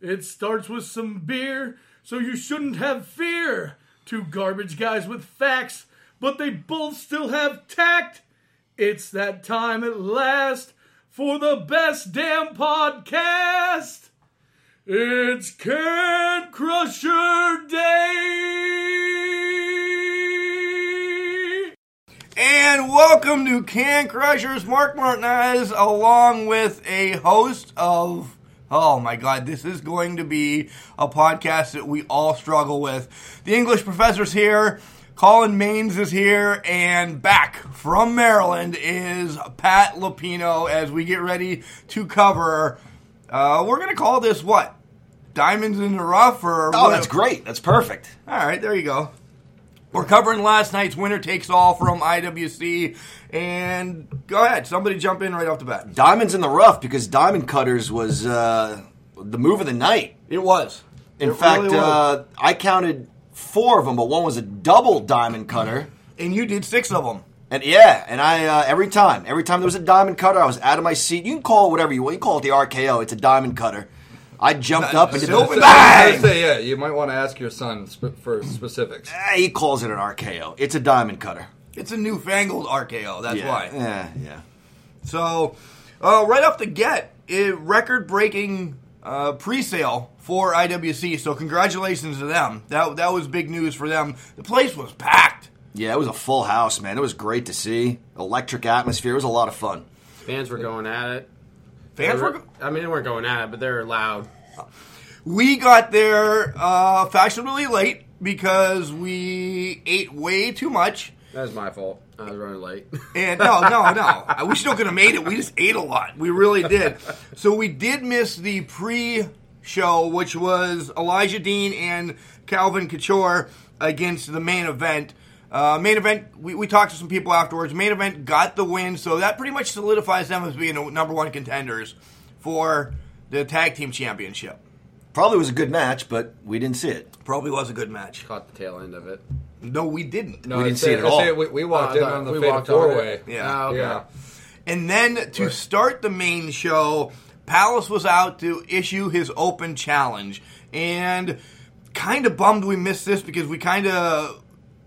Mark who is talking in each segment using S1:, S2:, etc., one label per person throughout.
S1: It starts with some beer, so you shouldn't have fear. Two garbage guys with facts, but they both still have tact. It's that time at last for the best damn podcast. It's Can Crusher Day.
S2: And welcome to Can Crushers. Mark Martinez, along with a host of Oh my god, this is going to be a podcast that we all struggle with. The English professor's here, Colin Maines is here, and back from Maryland is Pat Lapino as we get ready to cover. Uh, we're going to call this what? Diamonds in the Rough? Or
S3: oh,
S2: what?
S3: that's great. That's perfect.
S2: All right, there you go. We're covering last night's winner takes all from IWC. And go ahead, somebody jump in right off the bat.
S3: Diamonds in the rough because Diamond Cutters was uh, the move of the night.
S2: It was.
S3: In
S2: It
S3: fact,
S2: really was.
S3: uh, I counted four of them, but one was a double diamond cutter.
S2: and you did six of them.
S3: And yeah, and I uh, every time, every time there was a diamond cutter, I was out of my seat. You can call it whatever you want. You can call it the RKO. It's a diamond cutter. I jumped up and did
S2: Silver-
S4: I was
S3: the bang.
S4: gonna say, yeah, you might want to ask your son sp- for specifics.
S3: Ah, He calls it an RKO. It's a diamond cutter.
S2: It's a newfangled RKO. That's
S3: yeah.
S2: why.
S3: Yeah, yeah.
S2: So, uh, right off the get, it, record-breaking uh, pre-sale for IWC. So, congratulations to them. That that was big news for them. The place was packed.
S3: Yeah, it was a full house, man. It was great to see. Electric atmosphere. It was a lot of fun.
S5: Fans were going at it.
S2: Fans
S5: They
S2: were.
S5: were- I mean, they weren't going at it, but they were loud.
S2: We got there uh, fashionably late because we ate way too much.
S5: That was my fault. I was running late.
S2: And no, no, no. We still could have made it. We just ate a lot. We really did. So we did miss the pre-show, which was Elijah Dean and Calvin Couture against the main event. Uh, main event. We, we talked to some people afterwards. Main event got the win, so that pretty much solidifies them as being the number one contenders for the tag team championship.
S3: Probably was a good match, but we didn't see it.
S2: Probably was a good match.
S5: Caught the tail end of it.
S2: No, we didn't.
S4: No,
S3: We
S4: I'd
S3: didn't
S4: say-
S3: see it at
S4: I'd
S3: all.
S4: say we, we walked
S5: Oh, I
S4: in
S5: thought
S4: on the
S5: we
S4: fatal
S5: walked on
S4: four way.
S5: it.
S2: Yeah.
S5: Oh, okay.
S4: yeah.
S2: And then to start the main show, Palace was out to issue his open challenge. And kind of bummed we missed this because we kind of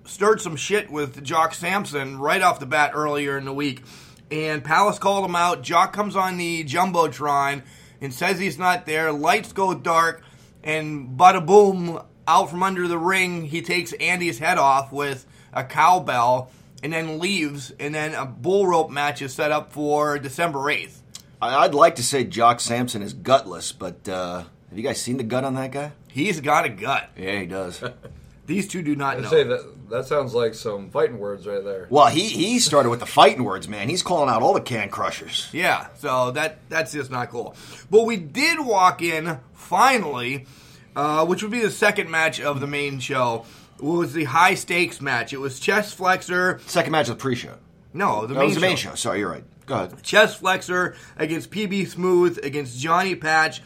S2: stirred some shit with Jock Sampson right off the bat earlier in the week. And Palace called him out. Jock comes on the Jumbotron and says he's not there. Lights go dark. And bada boom, out from under the ring, he takes Andy's head off with a cowbell and then leaves. And then a bull rope match is set up for December 8th.
S3: I- I'd like to say Jock Sampson is gutless, but uh, have you guys seen the gut on that guy?
S2: He's got a gut.
S3: Yeah, he does.
S2: These two do not
S4: I'd
S2: know.
S4: say that that sounds like some fighting words right there.
S3: well, he, he started with the fighting words, man. He's calling out all the can crushers.
S2: Yeah, so that that's just not cool. But we did walk in finally, uh, which would be the second match of the main show. Was the high stakes match? It was chest flexor.
S3: Second match of the pre-show.
S2: No, the
S3: That
S2: main,
S3: was the main
S2: show.
S3: show. Sorry, you're right. Go ahead.
S2: Chest flexor against PB Smooth against Johnny Patch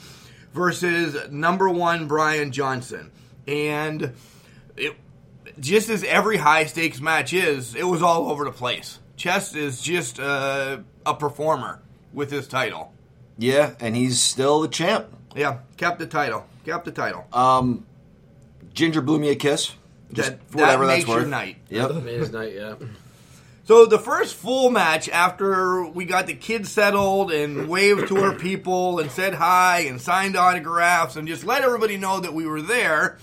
S2: versus number one Brian Johnson, and it just as every high stakes match is, it was all over the place. Chest is just uh, a performer with his title.
S3: Yeah, and he's still the champ.
S2: Yeah, kept the title. Kept the title.
S3: Um, Ginger blew me a kiss. Just
S2: That-
S3: for whatever
S2: that
S3: that's
S2: makes your
S3: worth.
S2: night.
S3: Yep.
S5: Made his night, yeah.
S2: so the first full match after we got the kids settled and waved to our people and said hi and signed autographs and just let everybody know that we were there,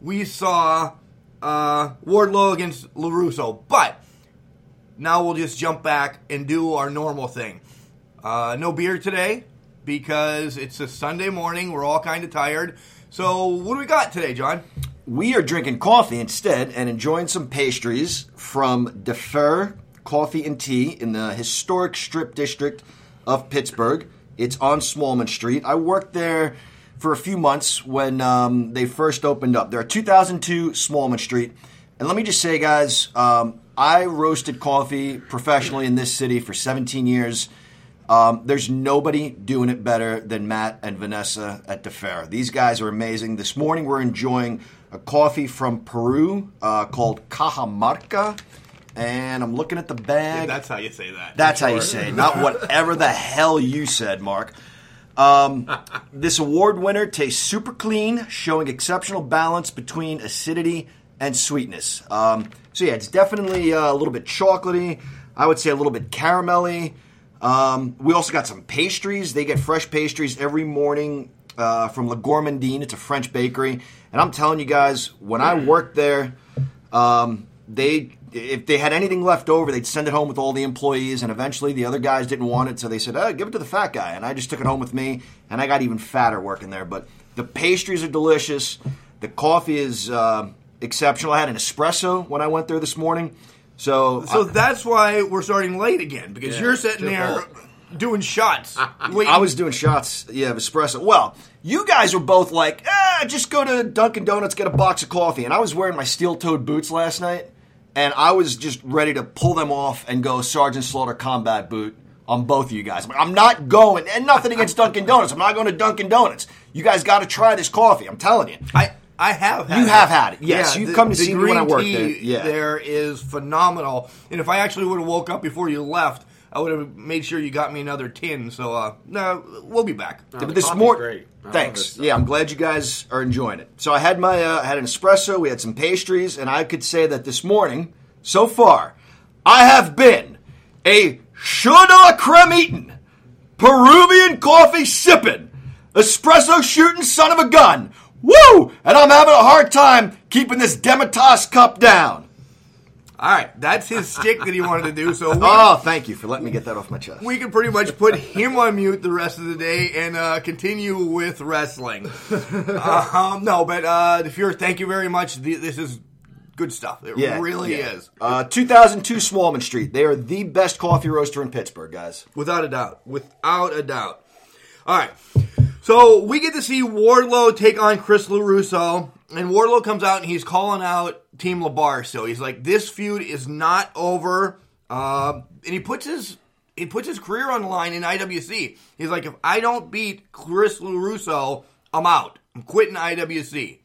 S2: we saw uh, Wardlow against LaRusso. But now we'll just jump back and do our normal thing. Uh, no beer today because it's a Sunday morning. We're all kind of tired. So what do we got today, John?
S3: We are drinking coffee instead and enjoying some pastries from Defer Coffee and Tea in the historic strip district of Pittsburgh. It's on Smallman Street. I worked there for a few months when um, they first opened up. They're at 2002 Smallman Street. And let me just say, guys, um, I roasted coffee professionally in this city for 17 years. Um, there's nobody doing it better than Matt and Vanessa at the fair. These guys are amazing. This morning we're enjoying a coffee from Peru uh, called Cajamarca. And I'm looking at the bag.
S2: That's how you say that.
S3: That's how you say it, not whatever the hell you said, Mark. Um, this award winner tastes super clean, showing exceptional balance between acidity and sweetness. Um, so, yeah, it's definitely uh, a little bit chocolatey. I would say a little bit caramelly. Um, we also got some pastries. They get fresh pastries every morning uh, from La Gourmandine. It's a French bakery. And I'm telling you guys, when I worked there, um, they if they had anything left over, they'd send it home with all the employees, and eventually the other guys didn't want it, so they said, "Oh, give it to the fat guy." And I just took it home with me, and I got even fatter working there. But the pastries are delicious. The coffee is uh, exceptional. I had an espresso when I went there this morning, so,
S2: So
S3: I-
S2: that's why we're starting late again because
S5: Yeah,
S2: you're sitting
S5: your
S2: there
S5: fault.
S2: doing shots. waiting.
S3: I was doing shots, yeah, of espresso. Well, you guys were both like, ah, just go to Dunkin' Donuts, get a box of coffee. And I was wearing my steel toed boots last night, and I was just ready to pull them off and go Sergeant Slaughter combat boot on both of you guys. I'm, like, I'm not going, and nothing against Dunkin' Donuts. I'm not going to Dunkin' Donuts. You guys got to try this coffee. I'm telling you.
S2: I I have had
S3: You
S2: it.
S3: have had it, yes. You've come to see me when I
S2: green
S3: work
S2: tea
S3: there, yeah.
S2: there is phenomenal. And if I actually would have woke up before you left, I would have made sure you got me another tin. So uh, no, we'll be back.
S5: the
S3: but this
S5: coffee's
S3: morning,
S5: great. I love this
S3: thanks.
S5: stuff.
S3: Yeah, I'm glad you guys are enjoying it. So I had my uh, I had an espresso. We had some pastries, and I could say that this morning, so far, I have been a churro creme eating, Peruvian coffee sipping, espresso shooting son of a gun. Woo! And I'm having a hard time keeping this Demetas cup down.
S2: All right, that's his stick that he wanted to do. So we,
S3: Oh, thank you for letting me get that off my chest.
S2: we can pretty much put him on mute the rest of the day and uh, continue with wrestling. Uh, um, no, but uh, DeFuhr, thank you very much. The, this is good stuff. It really
S3: yeah.
S2: is.
S3: Uh, 2002 Swalman Street. They are the best coffee roaster in Pittsburgh, guys.
S2: Without a doubt. Without a doubt. All right. So we get to see Wardlow take on Chris LaRusso. And Wardlow comes out and he's calling out Team LaBar. So he's like, this feud is not over. Uh, and he puts his. He puts his career on the line in IWC. He's like, if I don't beat Chris LaRusso, I'm out. I'm quitting IWC.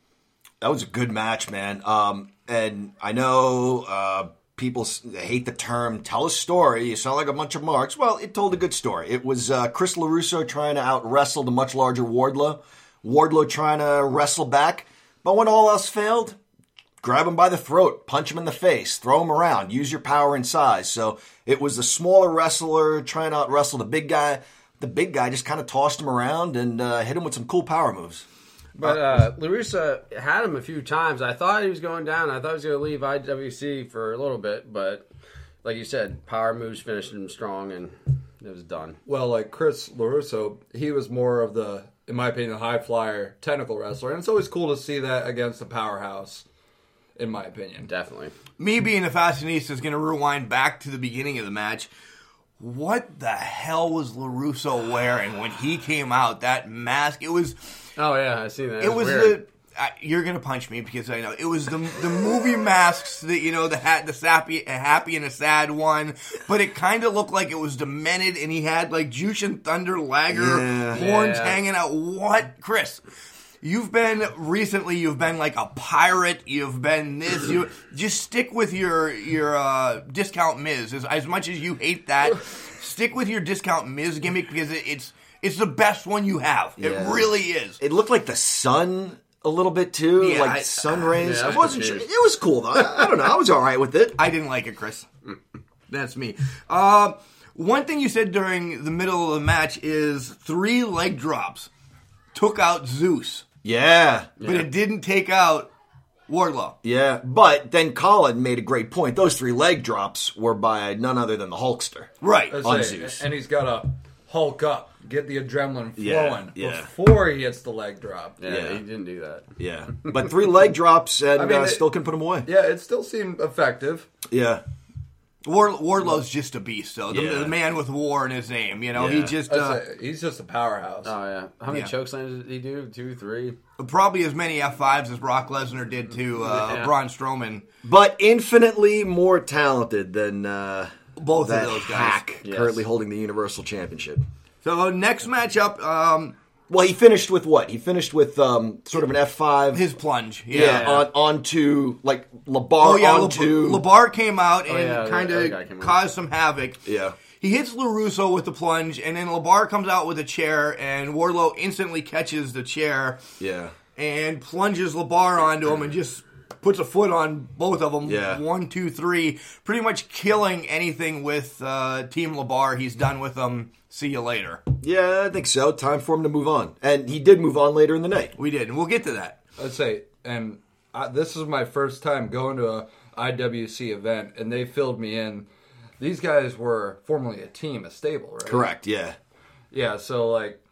S3: That was a good match, man. Um, and I know uh, people s- hate the term "tell a story." You sound like a bunch of marks. Well, it told a good story. It was uh, Chris Larusso trying to out wrestle the much larger Wardlow. Wardlow trying to wrestle back, but when all else failed, grab him by the throat, punch him in the face, throw him around, use your power and size. So it was the smaller wrestler trying to out wrestle the big guy. The big guy just kind of tossed him around and uh, hit him with some cool power moves.
S5: But uh, Larusa had him a few times. I thought he was going down. I thought he was going to leave IWC for a little bit, but like you said, power moves finished him strong, and it was done.
S4: Well, like Chris LaRusso, he was more of the, in my opinion, the high flyer technical wrestler. And it's always cool to see that against a powerhouse, in my opinion.
S5: Definitely.
S2: me being a fashionista is going to rewind back to the beginning of the match. What the hell was Larusso wearing when he came out? That mask. It was.
S5: Oh yeah, I see that.
S2: It was
S5: weird.
S2: the. I, you're gonna punch me because I know it was the the movie masks that you know the hat the sappy a happy and a sad one, but it kind of looked like it was demented and he had like Juice and Thunder Lager
S3: Yeah.
S2: horns
S5: Yeah.
S2: hanging out. What, Chris? You've been recently. You've been like a pirate. You've been this. You just stick with your your uh, discount Miz as, as much as you hate that. stick with your discount Miz gimmick because it, it's it's the best one you have.
S3: Yeah.
S2: It really is.
S3: it looked like the sun a little bit too,
S2: Yeah,
S3: like
S2: I-
S3: sun rays.
S5: yeah, I
S3: I
S5: was
S3: wasn't sure. It
S5: confused.
S3: was cool though. I, I don't know. I was all right with it.
S2: I didn't like it, Chris. That's me. Uh, one thing you said during the middle of the match is three leg drops took out Zeus,
S3: Yeah,
S2: but it didn't take out Wardlow.
S3: yeah. But then Colin made a great point. Those three leg drops were by none other than the Hulkster.
S2: Right.
S4: Let's
S3: On
S4: say,
S3: Zeus.
S4: And he's got to hulk up, get the adrenaline flowing
S3: Yeah, yeah.
S4: before he hits the leg drop.
S5: yeah,
S3: yeah.
S5: He didn't do that.
S3: Yeah, but three leg drops and
S4: mean,
S3: uh,
S4: it-
S3: still can put him away.
S4: Yeah, it still seemed effective.
S3: Yeah.
S2: Ward, Wardlow's just a beast, though. The,
S3: Yeah.
S2: the man with war in his name. You know, he
S3: Yeah.
S2: just
S4: That's
S2: uh,
S4: it. he's just a powerhouse.
S5: Oh yeah. How many
S2: Yeah.
S5: choke slams did he do? Two, three.
S2: uh, probably as many F fives as Brock Lesnar did to uh,
S5: Yeah.
S2: Braun Strowman.
S3: but infinitely more talented than uh,
S2: Both of
S3: that
S2: those guys.
S3: hack
S5: Yes.
S3: currently holding the Universal Championship.
S2: So next matchup, um,
S3: Well, he finished with what? He finished with um, sort of an F five.
S2: his plunge. Yeah.
S3: yeah,
S5: Yeah.
S3: on onto like Labar
S2: Oh yeah,
S3: onto
S2: Le- Labar came out
S3: Oh,
S2: and
S5: yeah, the
S2: kind
S5: other guy came
S2: of
S5: out.
S2: caused some havoc.
S3: Yeah.
S2: He hits LaRusso with the plunge, and then Labar comes out with a chair, and Warlow instantly catches the chair
S3: yeah.
S2: and plunges Labar onto him and just puts a foot on both of them.
S3: Yeah.
S2: One, two, three. Pretty much killing anything with uh, Team Labar. He's done with them. See you later.
S3: Yeah, I think so. Time for him to move on. And he did move on later in the night.
S2: We did, and we'll get to that.
S4: I'd say, and I, this is my first time going to a IWC event, and they filled me in. These guys were formerly a team, a stable, right?
S3: Correct, yeah.
S4: Yeah. So like,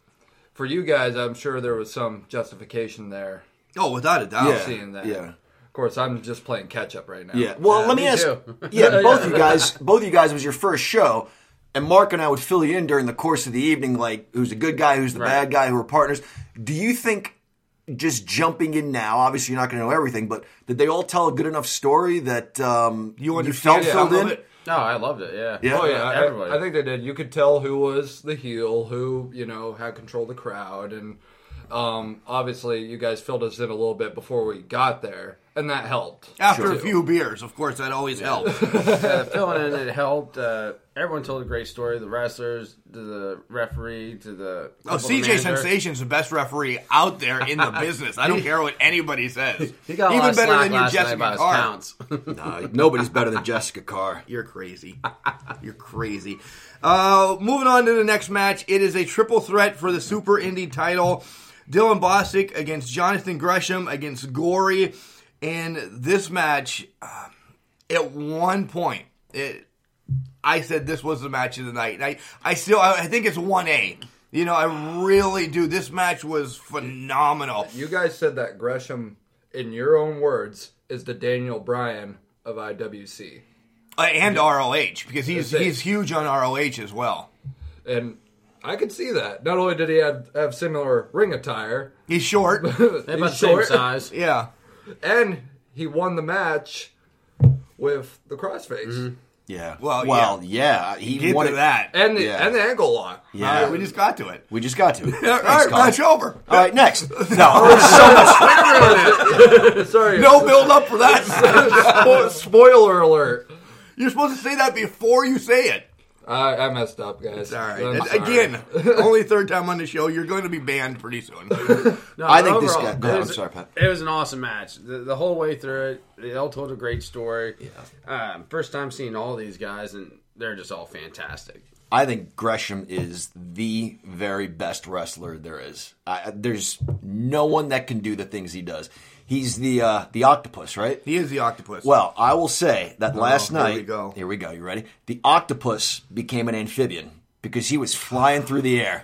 S4: for you guys, I'm sure there was some justification there.
S2: Oh, without a doubt.
S3: Yeah.
S4: Seeing that.
S3: yeah.
S4: Of course, I'm just playing catch up right now.
S3: Yeah. Well, let me,
S5: me
S3: ask.
S5: too.
S3: Yeah, both you guys, both you guys was your first show, and Mark and I would fill you in during the course of the evening, like who's the good guy, who's the bad guy, who are partners. Do you think just jumping in now? Obviously, you're not going to know everything, but did they all tell a good enough story that um, you
S2: understand
S3: felt
S2: some
S3: filled
S2: of
S3: in?
S2: it?
S5: No, I loved it. Yeah.
S3: Yeah.
S4: Oh yeah, I-
S5: Everybody.
S4: I, think they did. You could tell who was the heel, who you know had control of the crowd, and um, obviously you guys filled us in a little bit before we got there, and that helped.
S2: After a few beers, of course, that always helps.
S5: uh, filling in it helped. Uh, everyone told a great story. The wrestlers, to the referee, to the
S2: Oh, CJ Sensation's the best referee out there in the business. I don't care what anybody says.
S5: He got a lot of slack last night about his counts.
S3: No, nobody's better than Jessica Carr.
S2: You're crazy. You're crazy. Uh, moving on to the next match. It is a triple threat for the Super Indie title. Dylan Bosick against Jonathan Gresham against Gory. And this match, um, at one point, it, I said this was the match of the night. And I, I still, I, I think it's 1A. You know, I really do. This match was phenomenal.
S4: You guys said that Gresham, in your own words, is the Daniel Bryan of IWC,
S2: Uh, and ROH because he's
S4: That's it.
S2: he's huge on ROH as well.
S4: and I could see that. Not only did he have, have similar ring attire,
S2: He's short.
S5: They
S4: he's
S5: about the same
S4: short,
S5: size.
S2: yeah.
S4: and he won the match with the crossface
S5: Mm-hmm.
S3: Yeah.
S2: Well,
S3: yeah. He
S2: Get
S3: wanted
S2: to that.
S4: and the
S3: Yeah.
S4: and the ankle lock.
S2: All right, we just got to it.
S3: We just got to it.
S2: All
S3: Thanks,
S2: right,
S3: Carl.
S2: match over.
S3: All right, next. No, it's so much.
S4: Sorry,
S2: No build up for that.
S4: Spo- spoiler alert.
S2: You're supposed to say that before you say it.
S4: I, I messed up, guys.
S2: All right.
S4: I'm
S2: And
S4: sorry.
S2: Again, only third time on the show. You're going to be banned pretty soon.
S5: No,
S3: I
S5: but
S3: think this guy- go
S5: overall,
S3: ahead,
S5: it
S3: I'm
S5: was-
S3: sorry, Pat.
S5: It was an awesome match. The, the whole way through it, they all told a great story. Yeah. Um, first time seeing all these guys, and they're just all fantastic.
S3: I think Gresham is the very best wrestler there is. I, I- there's no one that can do the things he does. He's the uh, the octopus, right?
S2: he is the octopus.
S3: Well, I will say that last
S2: here we
S3: night.
S2: go.
S3: Here we go. You ready? The octopus became an amphibian because he was flying through the air.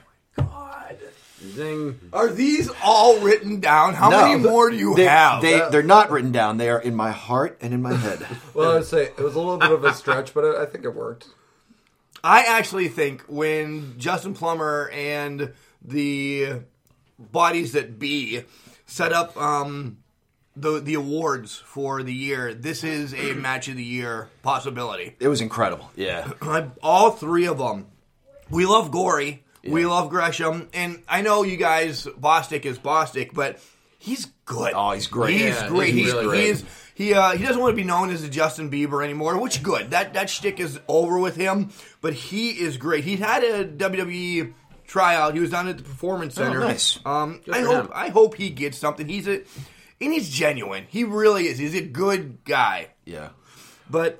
S5: Zing.
S3: Uh,
S2: are these all written down? How many more do you
S3: they,
S2: have? Uh,
S3: They, they're not written down. They are in my heart and in my head.
S4: Well, I would say it was a little bit of a stretch, but I, I think it worked.
S2: I actually think when Justin Plummer and the bodies that be set up um, the the awards for the year, this is a match of the year possibility.
S3: it was incredible. Yeah.
S2: I- All three of them. We love Gory. We love Gresham, and I know you guys. Bostic is Bostic, but he's good.
S3: Oh, he's great.
S2: He's
S5: Yeah,
S2: great.
S5: he's
S2: He's,
S5: really
S2: he
S5: great.
S2: is. He uh, he doesn't want to be known as a Justin Bieber anymore, which good. That that shtick is over with him. But he is great. He had a WWE tryout. He was down at the Performance Center.
S3: nice.
S2: Um, I
S5: Oh, for
S2: hope
S5: him.
S2: I hope he gets something. He's a and he's genuine. He really is. He's a good guy.
S3: Yeah.
S2: But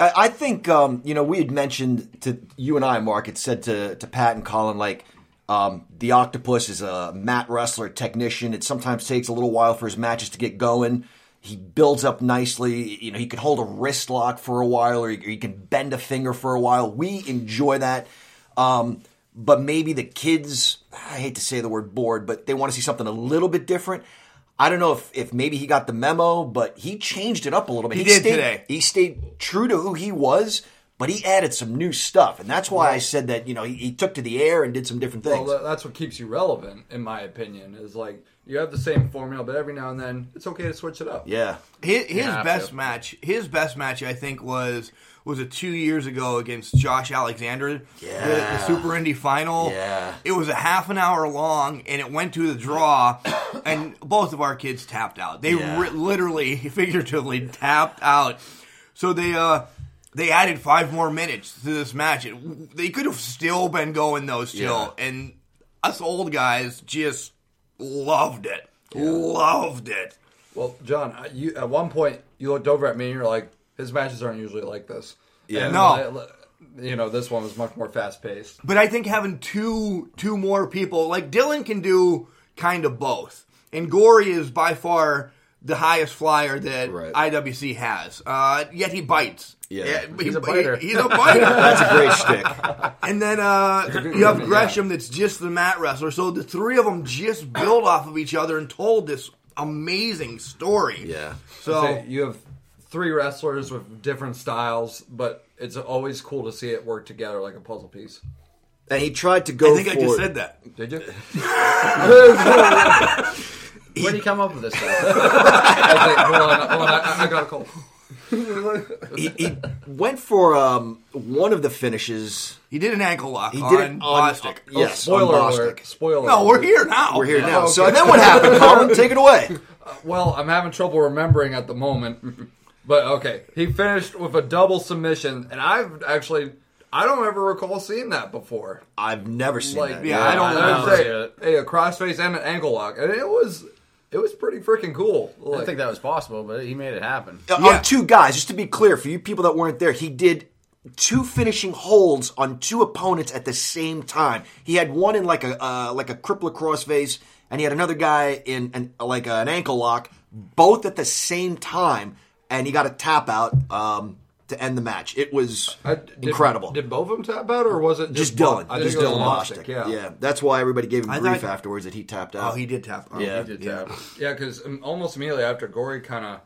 S3: I, I think um, you know we had mentioned to you and I, Mark, had said to to Pat and Colin like um, the octopus is a mat wrestler technician. It sometimes takes a little while for his matches to get going. He builds up nicely. You know, he can hold a wrist lock for a while, or he, he can bend a finger for a while. We enjoy that. Um, but maybe the kids, I hate to say the word bored, but they want to see something a little bit different. I don't know if, if maybe he got the memo, but he changed it up a little bit.
S2: He did
S3: stayed,
S2: today.
S3: He stayed true to who he was, but he added some new stuff, and that's why I said that you know he, he took to the air and did some different things.
S4: Well, that, that's what keeps you relevant, in my opinion. Is like you have the same formula, but every now and then it's okay to switch it up.
S3: yeah,
S2: His, his
S4: Yeah, I
S2: best
S4: feel-
S2: match, his best match, I think was was it two years ago against Josh Alexander?
S3: Yeah.
S2: the, the Super Indy final.
S3: Yeah.
S2: it was a half an hour long, and it went to the draw, and both of our kids tapped out. They
S3: Yeah.
S2: ri- literally, figuratively tapped out. So they uh they added five more minutes to this match. It, they could have still been going though, still, and us old guys just loved it, loved it.
S4: Well, John, I- you at one point you looked over at me and you're like, "His matches aren't usually like this."
S3: Yeah.
S4: And
S2: No.
S4: I- you know this one was much more fast paced.
S2: But I think having two two more people like Dylan can do kind of both, and Gory is by far the highest flyer that
S3: Right.
S2: IWC has. Uh, yet he bites.
S3: Yeah.
S4: He's a biter.
S2: he's a biter.
S3: that's a great shtick.
S2: and then uh, you have Gresham that's just the mat wrestler. So the three of them just build off of each other and told this amazing story.
S3: Yeah.
S2: So
S4: So you have three wrestlers with different styles, but it's always cool to see it work together like a puzzle piece.
S3: And he tried to go.
S2: I think I just
S3: for-
S2: said that.
S4: Did you?
S5: Where'd he come up with this stuff?
S4: I think, hold on, hold on, I, I got a cold.
S3: He, he went for um, one of the finishes.
S2: He did an ankle lock.
S3: He
S2: on
S3: did it on
S2: Bostic.
S3: yes,
S4: Oh, Spoiler
S3: on Bostic.
S4: alert! Spoiler.
S2: No, we're
S4: alert.
S2: here now.
S3: We're here
S2: Oh,
S3: now. So then what happened, Colin? Take it away.
S4: Well, I'm having trouble remembering at the moment. But okay, he finished with a double submission, and I've actually I don't ever recall seeing that before.
S3: I've never seen
S4: Like,
S3: that.
S2: yeah, I don't
S4: I
S2: know.
S4: would say hey, a crossface and an ankle lock, and it was it was pretty freaking cool.
S5: I
S4: Like,
S5: don't think that was possible, but he made it happen.
S3: Uh,
S2: Yeah.
S3: on two guys. Just to be clear, for you people that weren't there, he did two finishing holds on two opponents at the same time. He had one in like a uh, like a cripple crossface, and he had another guy in an, like an ankle lock, both at the same time, and he got a tap out um, to end the match. It was
S4: I- did-
S3: incredible.
S4: Did both of them tap out, or was it just,
S3: just Dylan,
S4: I think
S3: just
S4: it was
S3: Dylan Bostic.
S4: Yeah,
S3: yeah, that's why everybody gave him
S2: I
S3: grief
S2: thought-
S3: afterwards that he tapped out.
S2: Oh, he did tap. Oh,
S3: Yeah.
S2: he did
S5: Yeah.
S2: tap.
S4: Yeah, because almost immediately after Gory kind of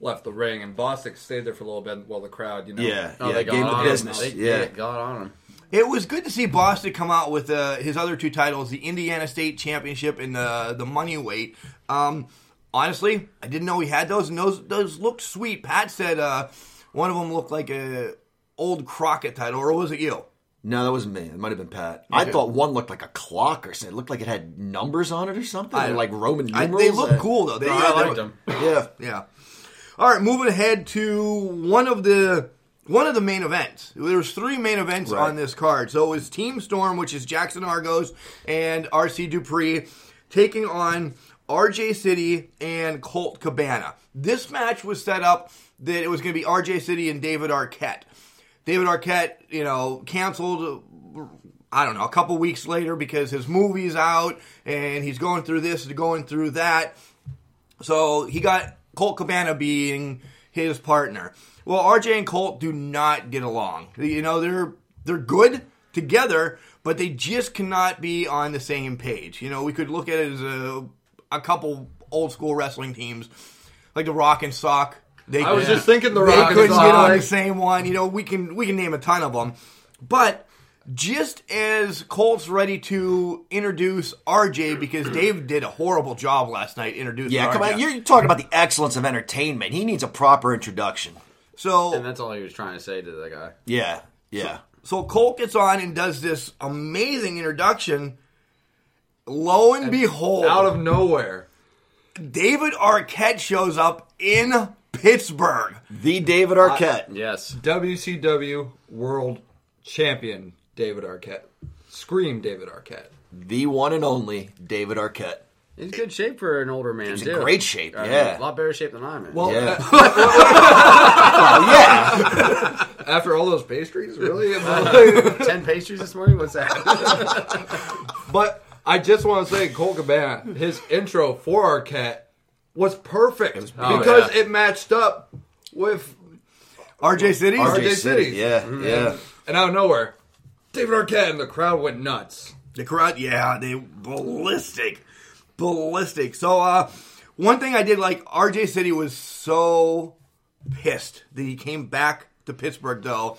S4: left the ring, and Bostic stayed there for a little bit while the crowd, you know,
S3: yeah,
S5: No,
S3: yeah,
S5: Oh, they got
S3: gave him
S5: on
S3: the
S5: him.
S3: business.
S5: They-
S3: yeah,
S5: they got on him.
S2: It was good to see Boston come out with uh, his other two titles, the Indiana State Championship and the the money weight. Um, honestly, I didn't know he had those, and those those looked sweet. Pat said uh, one of them looked like a old Crockett title, or was it you?
S3: No, that wasn't me. It might have been Pat. I thought one looked like a clock or something. It looked like it had numbers on it or something, or like Roman
S2: I-
S3: numerals.
S2: they look
S3: Uh,
S2: cool though. They,
S5: I
S2: yeah, they
S5: liked
S2: look-
S5: him.
S3: Yeah,
S2: Yeah. All right, moving ahead to one of the one of the main events. There was three main events
S3: Right.
S2: on this card. So it was Team Storm, which is Jackson Argos and RC Dupree, taking on RJ City and Colt Cabana. This match was set up that it was going to be RJ City and David Arquette. David Arquette, you know, canceled. I don't know, a couple weeks later because his movie's out and he's going through this and going through that. So he got Colt Cabana being his partner. Well, RJ and Colt do not get along. You know, they're they're good together, but they just cannot be on the same page. You know, we could look at it as a a couple old school wrestling teams, like the Rock and Sock. They
S4: I was just thinking the
S2: they
S4: Rock and
S2: couldn't get on
S4: Sock.
S2: the same one. You know, we can we can name a ton of them, but just as Colt's ready to introduce RJ because Dave did a horrible job last night introducing.
S3: yeah. Come
S2: RJ.
S3: on, you're talking about the excellence of entertainment. He needs a proper introduction.
S5: And
S2: so
S5: that's all he was trying to say to the guy.
S3: Yeah, yeah.
S2: so Colt gets on and does this amazing introduction. Lo and, behold,
S4: out of nowhere.
S2: David Arquette shows up in Pittsburgh.
S3: The David Arquette.
S5: Yes.
S4: WCW World Champion David Arquette. Scream David Arquette.
S3: the one and only David Arquette.
S5: He's in good shape for an older man, He's
S3: in great shape, yeah.
S5: A lot better shape than I'm in.
S4: Well,
S3: Yeah.
S4: a-
S3: Oh yeah,
S4: after all those pastries, really?
S5: 10 pastries this morning? What's that?
S4: but I just want to say, Cole Cabana, his intro for Arquette was perfect Oh, because
S5: yeah.
S4: it matched up with
S2: RJ City.
S4: RJ
S3: City, Mm-hmm.
S4: City.
S3: Yeah, yeah.
S4: and out of nowhere, David Arquette, and the crowd went nuts.
S2: The crowd, yeah, they ballistic, ballistic. So, uh, One thing I did like RJ City was so pissed that he came back to Pittsburgh though,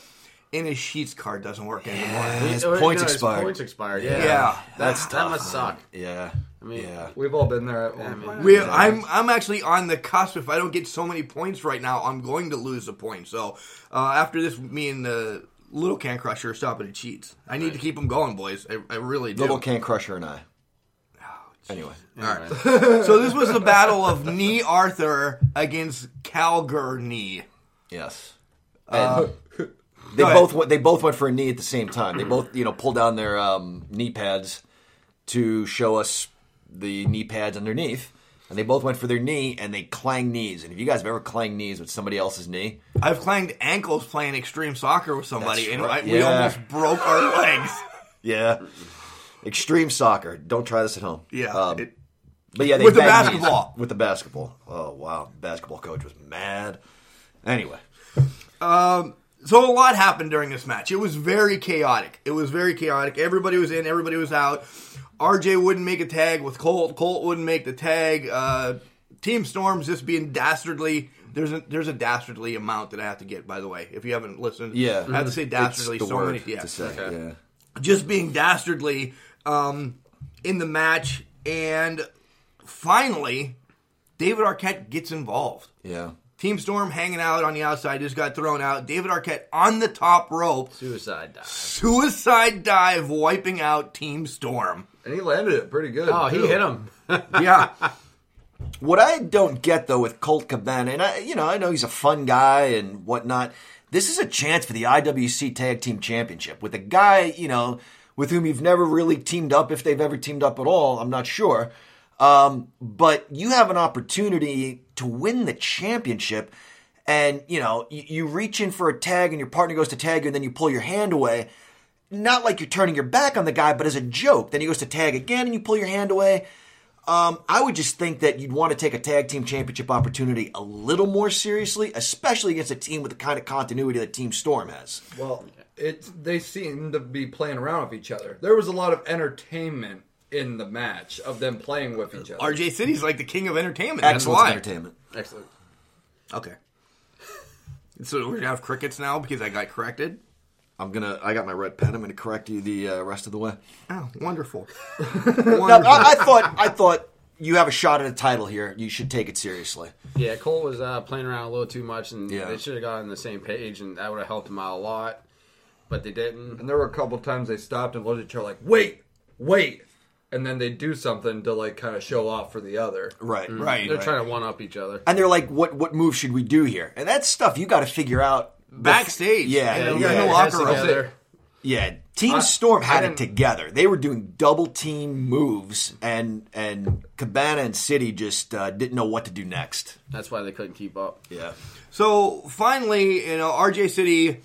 S2: and his sheets card doesn't work anymore.
S3: His
S5: Oh, no,
S3: points
S5: his
S3: expired.
S5: Points expired.
S2: Yeah,
S5: Yeah.
S3: That's
S5: that
S3: tough,
S5: must
S3: man.
S5: suck.
S3: Yeah.
S5: mean-
S3: yeah.
S4: We've all been there at one point.
S2: We, I'm I'm actually on the cusp. If I don't get so many points right now, I'm going to lose a point. So uh, after this, me and the little can crusher are stopping at cheats. I need to keep them going, boys. I, I really do.
S3: Little Can Crusher and I. Oh, Anyway.
S2: so this was the battle of Knee Arthur against Calgary.
S3: Yes. And they
S2: Uh, Go ahead.
S3: both went, they both went for a knee at the same time. They both you know pulled down their um, knee pads to show us the knee pads underneath, and they both went for their knee and they clanged knees. And if you guys have ever clanged knees with somebody else's knee,
S2: I've clanged ankles playing extreme soccer with somebody,
S3: That's
S2: and
S3: right.
S2: I, we
S3: Yeah. Um,
S2: almost broke our legs.
S3: yeah, extreme soccer. Don't try this at home.
S2: Yeah,
S3: Um,
S2: it-
S3: but yeah, they
S2: with the
S3: banged
S2: basketball.
S3: knees. with the basketball. Oh wow, basketball coach was mad. Anyway,
S2: So a lot happened during this match. It was very chaotic. It was very chaotic. Everybody was in. Everybody was out. RJ wouldn't make a tag with Colt. Colt wouldn't make the tag. Uh, Team Storm's just being dastardly. There's a there's a dastardly amount that I have to get. By the way, if you haven't listened,
S3: Yeah.
S2: I have to say
S3: that's
S2: dastardly
S3: the
S2: so
S3: word
S2: many. Yeah,
S3: to say. Yeah.
S2: just being dastardly um, in the match, and finally, David Arquette gets involved.
S3: yeah,
S2: Team Storm hanging out on the outside just got thrown out. David Arquette on the top rope
S5: Suicide dive.
S2: suicide dive wiping out Team Storm.
S4: And he landed it pretty good.
S5: Oh, he
S4: too.
S5: hit him.
S2: Yeah.
S3: What I don't get though with Colt Cabana, and I, you know, I know he's a fun guy and whatnot. This is a chance for the IWC Tag Team Championship with a guy, you know, with whom you've never really teamed up, if they've ever teamed up at all. I'm not sure, um, but you have an opportunity to win the championship, and you know, you, you reach in for a tag, and your partner goes to tag you, and then you pull your hand away not like you're turning your back on the guy, but as a joke. Then he goes to tag again, and you pull your hand away. Um, I would just think that you'd want to take a tag team championship opportunity a little more seriously, especially against a team with the kind of continuity that Team Storm has.
S4: Well, it's they seem to be playing around with each other. There was a lot of entertainment in the match of them playing with each other.
S2: RJ City's like the king of entertainment. That's
S3: Excellent
S2: why.
S3: entertainment.
S5: Excellent.
S2: Okay. So we're gonna have crickets now because I got corrected.
S3: I'm gonna. I got my red pen. I'm gonna correct you the uh, rest of the way.
S2: Oh, wonderful.
S3: No,
S2: wonderful.
S3: I, I thought. I thought you have a shot at a title here. You should take it seriously.
S5: Yeah, Cole was uh, playing around a little too much, and
S3: Yeah.
S5: they should have gotten on the same page, and that would have helped him out a lot. But they didn't.
S4: And there were a couple times they stopped and looked at each other like, "Wait, wait," and then they do something to like kind of show off for the other.
S3: Right.
S2: right.
S5: They're
S2: right.
S5: trying to one up each other.
S3: And they're like, "What? What move should we do here?" And that's stuff you got to figure out.
S2: Backstage.
S3: Yeah,
S2: You
S3: yeah,
S2: got
S3: yeah.
S2: no locker room.
S4: together.
S3: Yeah, Team
S4: I-
S3: Storm had
S4: I
S3: it
S4: didn't-
S3: together. They were doing double team moves, and and Cabana and City just uh, didn't know what to do next.
S5: That's why they couldn't keep up.
S3: Yeah,
S2: So finally, you know, RJ City,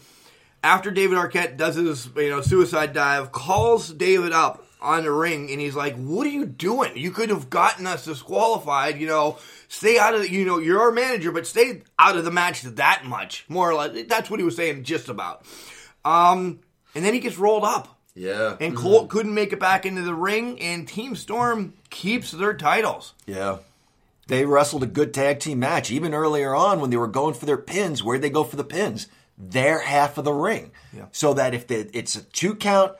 S2: after David Arquette does his you know suicide dive, calls David up on the ring and he's like, "What are you doing? You could have gotten us disqualified. You know, stay out of the, you know you're our manager, but stay out of the match that much, more or less." That's what he was saying, just about. Um, and then he gets rolled up.
S3: yeah,
S2: And Colt couldn't make it back into the ring, and Team Storm keeps their titles.
S3: yeah. They wrestled a good tag team match. Even earlier on, when they were going for their pins, where'd they go for the pins? Their half of the ring.
S2: Yeah.
S3: So that if they, it's a two count,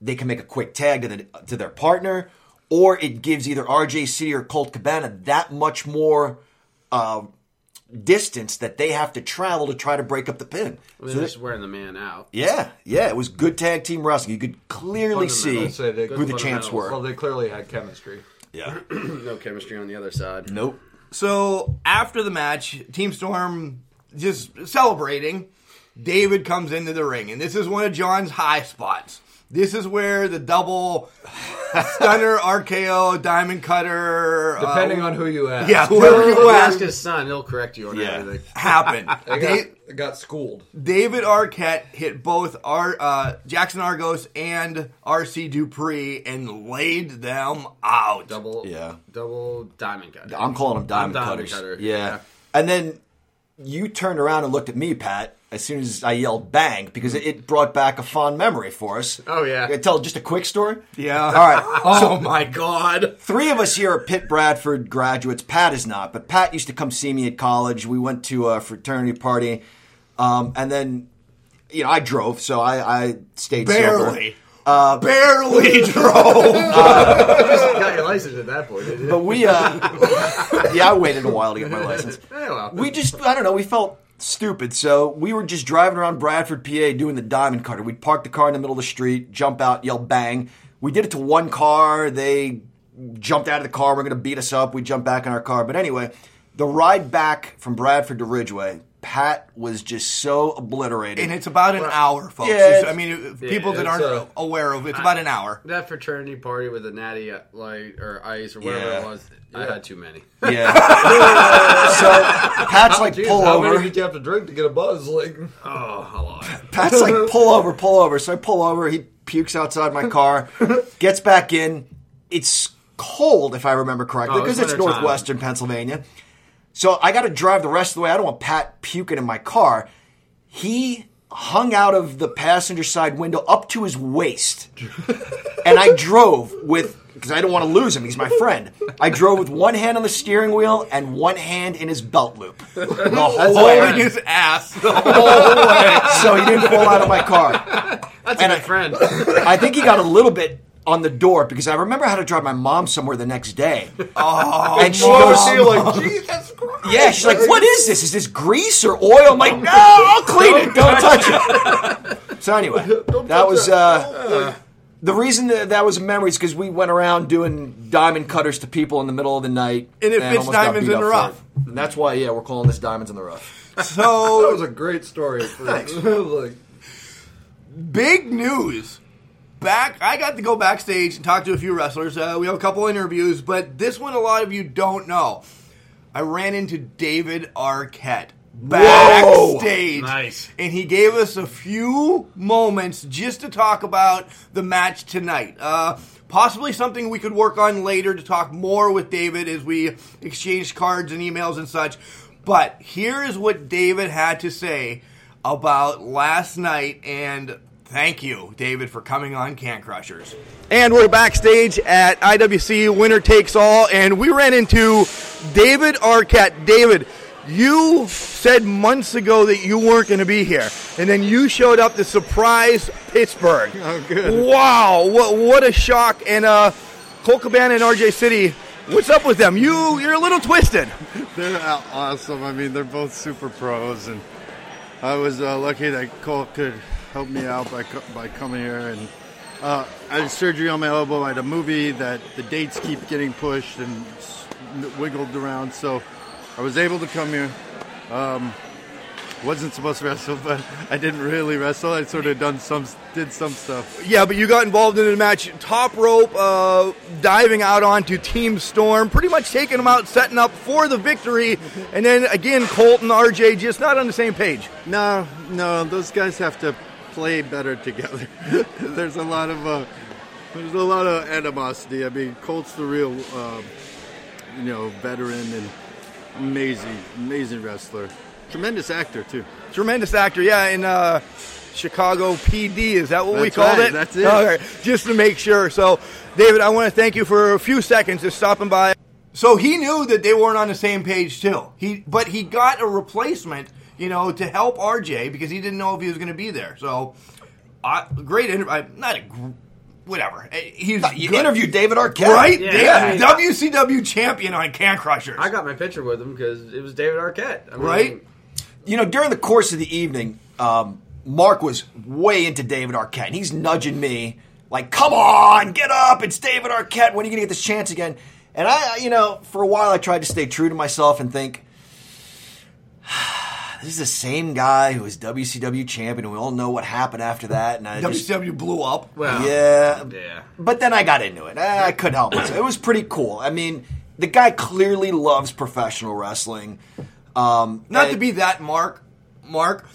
S3: they can make a quick tag to, the, to their partner, or it gives either RJC or Colt Cabana that much more uh, distance that they have to travel to try to break up the pin.
S5: They're
S3: So
S5: just wearing the man out.
S3: Yeah, yeah, it was good tag team wrestling. You could clearly see
S4: Fundamentals. Say they-
S3: who the champs
S5: fundamentals.
S4: Well,
S3: were.
S4: they clearly had chemistry.
S3: Yeah.
S5: No chemistry on the other side.
S3: Nope.
S2: So after the match, Team Storm just celebrating. David comes into the ring, and this is one of John's high spots. This is where the double stunner, RKO, diamond cutter,
S3: Um,
S2: uh,
S4: Depending on who you ask,
S2: yeah, whoever
S5: If
S2: you
S5: you ask
S2: ask,
S5: his son, he'll correct you on
S3: Yeah.
S5: everything.
S2: happened.
S4: they
S2: Da-
S4: got, got schooled.
S2: David Arquette hit both Ar- uh, Jackson Argos and RC Dupree and laid them out.
S5: Double,
S3: Yeah.
S5: double diamond cutter.
S3: I'm calling them diamond,
S5: diamond
S3: cutters.
S5: cutter,
S3: Yeah.
S5: yeah.
S3: And then you turned around and looked at me, Pat, as soon as I yelled "bang" because it, it brought back a fond memory for us.
S5: Oh, yeah.
S3: Can I tell just a quick story.
S2: Yeah.
S3: All right.
S5: Oh my god.
S3: Three of us here are Pitt Bradford graduates. Pat is not, but Pat used to come see me at college. We went to a fraternity party, um, and then you know I drove, so I, I stayed sober.
S2: Barely. Uh, Barely drove.
S5: got your license at that point, didn't you?
S3: But we, uh, yeah, I waited a while to get my license.
S5: Hey, well.
S3: We just, I don't know, we felt stupid. So we were just driving around Bradford, PA, doing the diamond cutter. We'd park the car in the middle of the street, jump out, yell bang. We did it to one car. They jumped out of the car. We're going to beat us up. We jumped back in our car. But anyway, the ride back from Bradford to Ridgeway, Pat was just so obliterated.
S2: and it's about an hour, folks.
S3: Yeah,
S2: It's-
S3: it's-
S2: I mean, it- people that
S5: it's,
S2: aren't
S4: uh,
S2: aware of it's about an hour.
S5: That fraternity party with the natty uh, light or ice or whatever
S3: Yeah.
S5: it was, I had too many.
S3: yeah. so Pat's like,
S4: Jeez,
S3: pull
S4: Oh, how
S3: over.
S4: many did you have to drink to get a buzz? Like,
S5: Oh, a lot.
S3: Pat's like, pull over, pull over. So I pull over. He pukes outside my car, gets back in. It's cold, if I remember correctly,
S5: Oh, it's
S3: because it's,
S5: wintertime.
S3: northwestern Pennsylvania. So I got to drive the rest of the way. I don't want Pat puking in my car. He hung out of the passenger side window up to his waist. and I drove with, because I don't want to lose him. He's my friend. I drove with one hand on the steering wheel and one hand in his belt loop. The whole
S2: Holding
S3: way.
S2: his ass.
S3: So he didn't fall out of my car.
S5: That's
S3: And
S5: a
S3: I-
S5: good friend.
S3: I think he got a little bit on the door because I remember how to drive my mom somewhere the next day.
S2: Oh,
S3: And she
S2: Mom.
S3: goes-
S4: like, Jesus Christ.
S3: Yeah, she's like, "What is this? Is this grease or oil?" I'm like, "No, I'll clean it. Don't touch it." So anyway, that was uh, the reason that, that was a memory is because we went around doing diamond cutters to people in the middle of the night,
S2: And it fits
S3: almost got
S2: diamonds
S3: beat
S2: in
S3: up
S2: the
S3: for
S2: rough.
S3: it. And that's why, yeah, we're calling this diamonds in the rough.
S4: Oh, That
S2: So
S4: was a great story. For, like,
S2: big news. Back, I got to go backstage and talk to a few wrestlers. Uh, we have a couple interviews, but this one a lot of you don't know. I ran into David Arquette backstage.
S5: Nice.
S2: And he gave us a few moments just to talk about the match tonight. Uh, possibly something we could work on later to talk more with David as we exchange cards and emails and such. But here is what David had to say about last night and. Thank you, David, for coming on Can Crushers. And we're backstage at IWC Winner Takes All, and we ran into David Arquette. David, you said months ago that you weren't going to be here, and then you showed up to surprise Pittsburgh.
S6: Oh, good.
S2: Wow, what, what a shock! And uh, Cole Cabana and RJ City, what's up with them? You you're a little twisted.
S6: They're out awesome. I mean, they're both super pros, and I was uh, lucky that Cole could help me out by co- by coming here. And uh, I had surgery on my elbow. I had a movie that the dates keep getting pushed and s- wiggled around, so I was able to come here. Um, wasn't supposed to wrestle, but I didn't really wrestle. I sort of done some did some stuff.
S2: Yeah, but you got involved in a match, top rope, uh, diving out onto Team Storm, pretty much taking them out, setting up for the victory, and then again Colt and RJ just not on the same page.
S6: No, no, those guys have to play better together. there's a lot of uh, there's a lot of animosity. I mean, Colt's the real uh, you know veteran and amazing, amazing wrestler, tremendous actor too.
S2: Tremendous actor, yeah, in uh, Chicago PD. Is that what we
S6: That's
S2: called
S6: right,
S2: it?
S6: that's it.
S2: Okay, just to make sure. So, David, I want to thank you for a few seconds just stopping by. So he knew that they weren't on the same page too. He, but he got a replacement, you know, to help RJ because he didn't know if he was going to be there. So, uh, great interview. Not a, gr- whatever. Uh, He's
S3: You
S2: good.
S3: interviewed David Arquette,
S2: right?
S5: Yeah.
S2: David, WCW champion on Can Crushers.
S5: I got my picture with him because it was David Arquette. I mean,
S2: Right?
S3: you know, during the course of the evening, um, Mark was way into David Arquette. And he's nudging me, like, come on, get up. It's David Arquette. When are you going to get this chance again? And I, you know, for a while I tried to stay true to myself and think, this is the same guy who was WCW champion. We all know what happened after that. And I just,
S2: WCW blew up.
S5: Well,
S3: yeah.
S5: Yeah.
S3: But then I got into it. I, I couldn't help it. It was pretty cool. I mean, the guy clearly loves professional wrestling. Um,
S2: Not
S3: and-
S2: to be that Mark, Mark,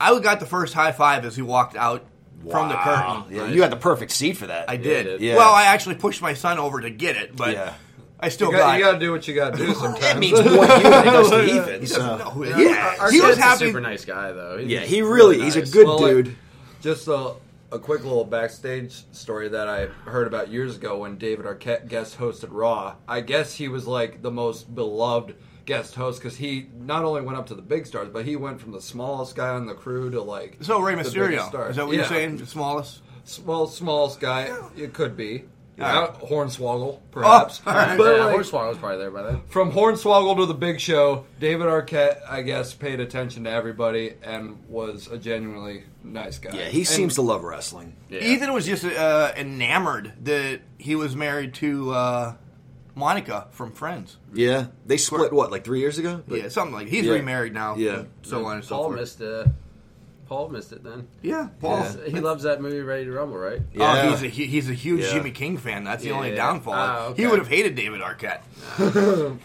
S2: I got the first high five as he walked out from the curtain.
S3: Yeah, you had the perfect seat for that.
S2: I did.
S3: Yeah.
S2: Well, I actually pushed my son over to get it, but
S3: Yeah.
S2: I still
S4: You got,
S2: got.
S4: you got to do what you got to do sometimes.
S3: That means more to you than Oh, it does to Ethan. so.
S2: no,
S5: Our-
S2: yeah,
S5: our
S2: he was
S5: kid's a
S2: happy.
S5: super nice guy though. He's
S3: Yeah, he really, he's a good
S4: Well, like-
S3: dude.
S4: Just a, a quick little backstage story that I heard about years ago when David Arquette guest hosted Raw. I guess he was like the most beloved guest host because he not only went up to the big stars, but he went from the smallest guy on the crew to like
S2: So Rey
S4: the biggest
S2: Mysterio.
S4: star.
S2: Is that what you're
S4: Yeah.
S2: saying? The smallest.
S4: Small, smallest guy. It could be.
S2: Yeah.
S4: Uh, Hornswoggle, perhaps.
S2: Oh, all right.
S4: But
S5: yeah,
S4: like,
S5: Hornswoggle was probably there by then.
S4: from Hornswoggle to the Big Show, David Arquette, I guess, paid attention to everybody and was a genuinely nice guy.
S3: Yeah, he
S4: And-
S3: seems to love wrestling.
S2: Ethan was just uh, enamored that he was married to uh, Monica from Friends.
S3: Yeah, they split what like three years ago. But-
S2: yeah, something like he's
S3: Yeah.
S2: remarried now.
S3: Yeah.
S2: so on and so
S5: Paul
S2: forth.
S5: missed uh, Paul missed it then.
S2: Yeah, Paul.
S5: He loves that movie Ready to Rumble, right?
S2: Oh,
S3: Yeah.
S2: he's a he- he's a huge
S3: Yeah.
S2: Jimmy King fan. That's the
S5: Yeah,
S2: only
S5: yeah.
S2: downfall.
S5: Ah, okay.
S2: He would have hated David Arquette.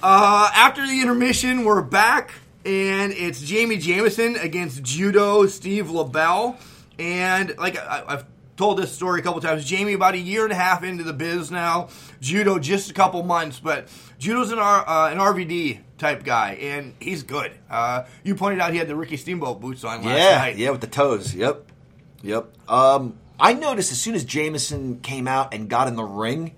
S2: uh, after the intermission, we're back, and it's Jamie Jamison against Judo Steve LaBelle. And like I, I've told this story a couple times, Jamie about a year and a half into the biz now, Judo just a couple months, but Judo's an R, uh, an RVD type guy, and he's good. Uh, you pointed out he had the Ricky Steamboat boots on last
S3: yeah,
S2: night.
S3: yeah, with the toes. Yep, yep. Um, I noticed as soon as Jameson came out and got in the ring,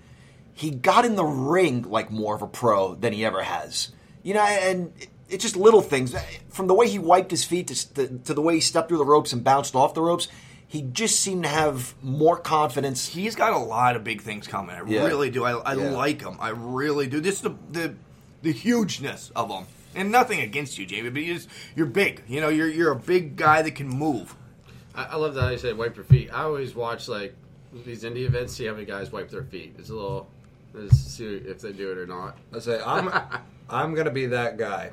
S3: he got in the ring like more of a pro than he ever has. You know, and it- it's just little things from the way he wiped his feet to, to, to the way he stepped through the ropes and bounced off the ropes. He just seemed to have more confidence.
S2: he's got a lot of big things coming. I
S3: Yeah.
S2: really do. I, I
S3: Yeah.
S2: like him. I really do. This is the the the hugeness of him, and nothing against you, Jamie, but you just, you're big. You know, you're you're a big guy that can move.
S5: I, I love that how you said wipe your feet. I always watch like these indie events, see how many guys wipe their feet. It's a little just see if they do it or not.
S4: I say I'm I'm gonna be that guy.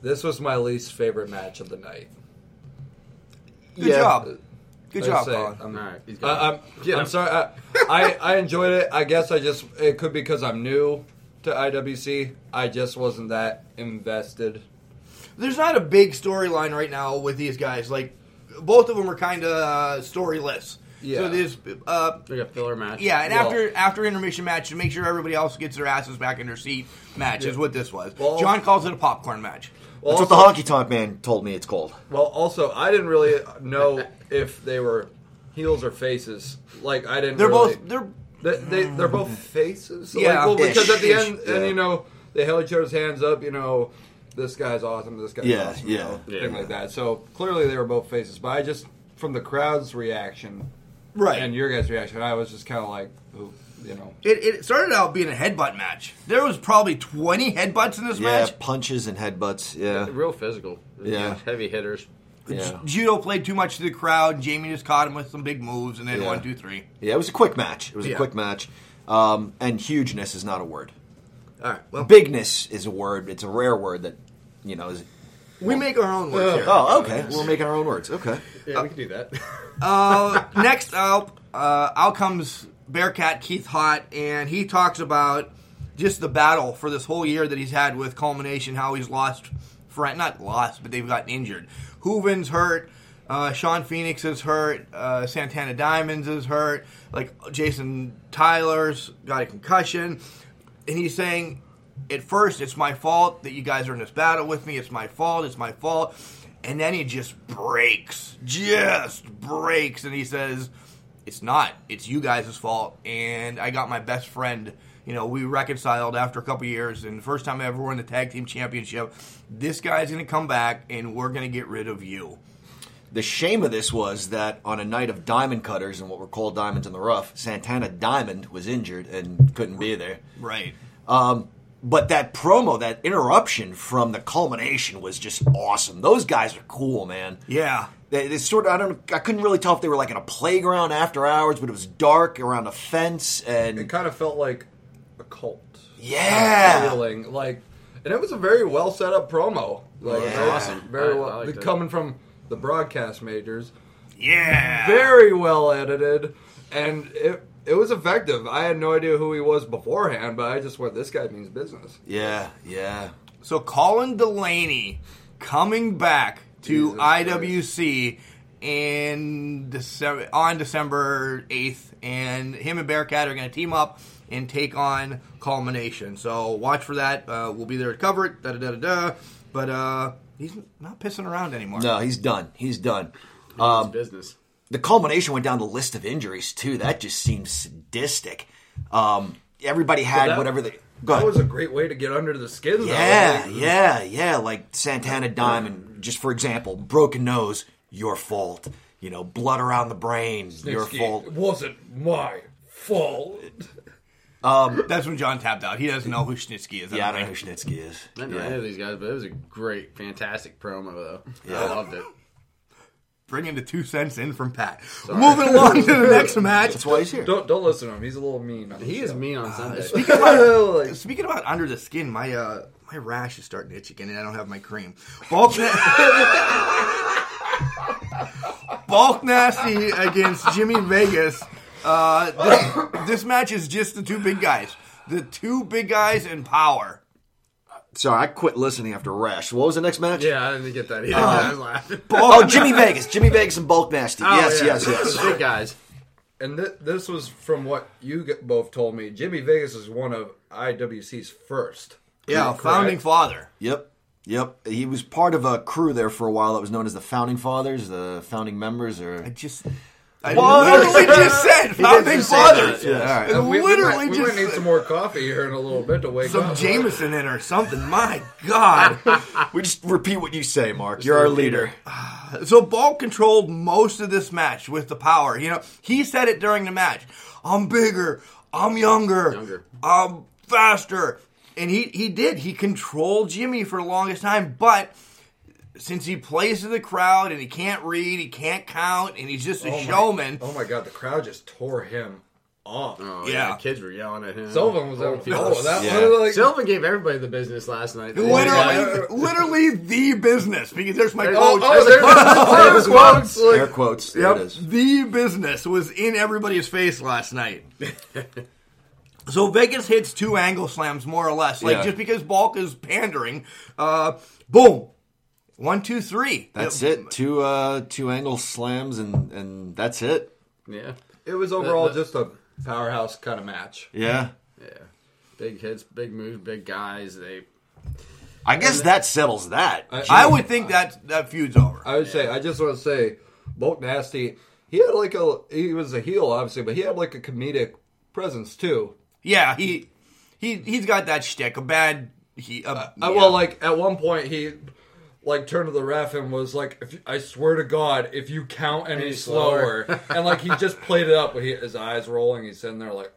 S4: This was my least favorite match of the night.
S2: Good
S3: Yeah.
S2: job. Good
S4: I
S2: job,
S4: say,
S2: Colin.
S4: I'm,
S5: All right, he's
S4: I,
S5: got
S4: Uh, I'm,
S5: it. Get
S4: I'm
S5: him.
S4: sorry. I, I I enjoyed it. I guess I just it could be because I'm new to IWC. I just wasn't that invested.
S2: There's not a big storyline right now with these guys. Like both of them are kind of uh, storyless.
S4: Yeah.
S2: So this, uh,
S5: Like a filler match.
S2: yeah, and
S4: Well-
S2: after after intermission match to make sure everybody else gets their asses back in their seat. Match is what this was.
S4: Well-
S2: John calls it a popcorn match.
S4: Well,
S3: That's what
S4: also,
S3: the honky tonk man told me. It's called.
S4: well, also I didn't really know if they were heels or faces. Like I didn't.
S2: They're
S4: really-
S2: both they're
S4: They, they they're both faces. Like,
S2: Yeah.
S4: well, because
S3: Ish.
S4: at the
S3: Ish.
S4: end, and you know, they held each other's hands up. You know, this guy's awesome. This guy's
S3: Yeah,
S4: awesome. you
S3: yeah.
S4: know,
S5: Yeah.
S4: thing like that. So clearly they were both faces. But I just from the crowd's reaction,
S2: Right.
S4: and your guys' reaction, I was just kind of like, who, you know,
S2: It, it started out being a headbutt match. There was probably 20 headbutts in this
S3: Yeah,
S2: match.
S3: punches and headbutts. Yeah,
S5: Real physical.
S3: Yeah.
S5: Heavy hitters.
S3: yeah,
S2: Judo played too much to the crowd. Jamie just caught him with some big moves, and then
S3: Yeah.
S2: one, two, three.
S3: yeah. It was a quick match. It was
S2: Yeah.
S3: a quick match. Um, and hugeness is not a word.
S2: All right. Well,
S3: bigness is a word. It's a rare word that you know. Is,
S2: we make our own words here.
S3: oh, okay. We're making our own words. Okay.
S5: Yeah, we can do that.
S2: Uh, next up, uh, out comes Bearcat Keith Hot, and he talks about just the battle for this whole year that he's had with Culmination, how he's lost, friend, not lost, but they've gotten injured. Hooven's hurt. Uh, Sean Phoenix is hurt. Uh, Santana Diamonds is hurt. Like Jason Tyler's got a concussion, and he's saying, "At first, it's my fault that you guys are in this battle with me. It's my fault. It's my fault." And then he just breaks, just breaks, and he says, "It's not. It's you guys' fault." And I got my best friend. You know, we reconciled after a couple years, and the first time I ever won the tag team championship. This guy's going to come back, and we're going to get rid of you.
S3: The shame of this was that on a night of diamond cutters and what were called diamonds in the rough, Santana Diamond was injured and couldn't be there.
S2: Right.
S3: Um, but that promo, that interruption from the culmination was just awesome. Those guys are cool, man.
S2: Yeah.
S3: They, they sort of, I don't, I couldn't really tell if they were like in a playground after hours, but it was dark around a fence,
S4: it
S3: and
S4: kind of felt like a cult.
S3: Yeah.
S4: feeling like, and it was a very well set up promo. Like,
S3: Yeah.
S4: very-
S3: Awesome.
S4: Very
S5: I- I
S4: well.
S5: liked it.
S4: coming from the broadcast majors.
S2: Yeah.
S4: very well edited, and it it was effective. I had no idea who he was beforehand, but I just went, this guy means business.
S3: yeah, yeah.
S2: So Colin Delaney coming back to
S4: Jesus
S2: IWC in December on December eighth, and him and Bearcat are going to team up and take on Culmination. So watch for that. Uh, we'll be there to cover it. Da da da da. da. But uh, he's not pissing around anymore.
S3: No, he's done. He's done.
S5: it's business.
S3: the culmination went down the list of injuries too. That just seems sadistic. Um, everybody had
S4: that-
S3: whatever they.
S4: That
S3: Go ahead.
S4: was a great way to get under the skin. though.
S3: yeah,
S4: Like,
S3: yeah, yeah. Like Santana Diamond, just for example, broken nose, your fault. You know, blood around the brain, your
S4: Snitsky,
S3: fault.
S4: It wasn't my fault.
S2: That's when John tapped out. He doesn't know who Schnitzky is.
S3: Yeah, I don't know who Schnitzky is.
S5: I didn't know any
S3: Yeah.
S5: of these guys, but it was a great, fantastic promo though. I loved it.
S2: Bringing the two cents in from Pat. Moving along to the next match.
S3: That's why he's here.
S4: Don't don't listen to him. He's a little mean. on
S5: He
S4: the
S5: is
S4: show.
S5: mean on Sunday.
S4: Like,
S2: Speaking about under the skin, my uh, my rash is starting to itch again, and I don't have my cream. Bulk, Bulk Nasty against Jimmy Vegas. Uh, this, this match is just the two big guys. The two big guys in power.
S3: Sorry, I quit listening after Rash. What was the next match?
S5: yeah, I didn't get that either. I was laughing.
S3: Oh, Jimmy Vegas. Jimmy Vegas and Bulk Nasty. yes, yes, yes.
S5: Big guys.
S4: and thi- this was from what you g- both told me. Jimmy Vegas is one of IWC's first.
S2: Yeah, founding father.
S3: Yep. Yep. He was part of a crew there for a while that was known as the Founding Fathers, the founding members,
S2: I
S3: or.
S2: just, I
S3: Well,
S2: literally just said founding
S3: just say that,
S2: fathers.
S3: yeah. All right.
S2: I
S4: We, we
S2: literally
S4: might, we
S2: just
S4: might need
S2: said-
S4: some more coffee here in a little bit to wake
S2: some
S4: up.
S2: Jameson in or something. My God.
S3: We just repeat what you say, Mark. You're our leader.
S2: So Ball controlled most of this match with the power. You know, he said it during the match. I'm bigger. I'm younger.
S5: Younger.
S2: I'm faster. And he, he did. He controlled Jimmy for the longest time, but since he plays to the crowd and he can't read, he can't count, and he's just a
S4: Oh my-
S2: showman.
S4: Oh my god, the crowd just tore him off.
S5: Oh,
S2: Yeah.
S5: yeah. the kids were yelling at him.
S4: Sylvan was on
S5: yeah.
S4: oh, that
S3: Yeah.
S4: one like
S5: Sylvan gave everybody the business last night.
S2: Literally, literally the business. Because there's my
S5: Oh,
S2: coach.
S5: oh, there's
S4: there's quotes.
S3: Air quotes. There it
S2: Yep.
S3: is.
S2: The business was in everybody's face last night. so Vegas hits two angle slams, more or less. Like,
S3: Yeah.
S2: just because Balk is pandering, uh, boom. One, two, three.
S3: That's it. Two uh, two angle slams and and that's it.
S5: Yeah.
S4: It was overall
S5: The- the-
S4: just a powerhouse kind of match.
S3: Yeah.
S5: Yeah. Big hits, big moves, big guys. They
S3: I guess that settles that.
S2: I would think that that feud's over.
S4: I would say I just want to say, Bolt Nasty. He had like a he was a heel obviously, but he had like a comedic presence too.
S2: yeah, he he he's got that shtick. A bad he. A,
S4: Uh, well, like at one point he like turned to the ref and was like, if you- "I swear to God, if you count any,
S5: Any
S4: slower,",
S5: slower.
S4: and like he just played it up with he, his eyes rolling. He's sitting there like,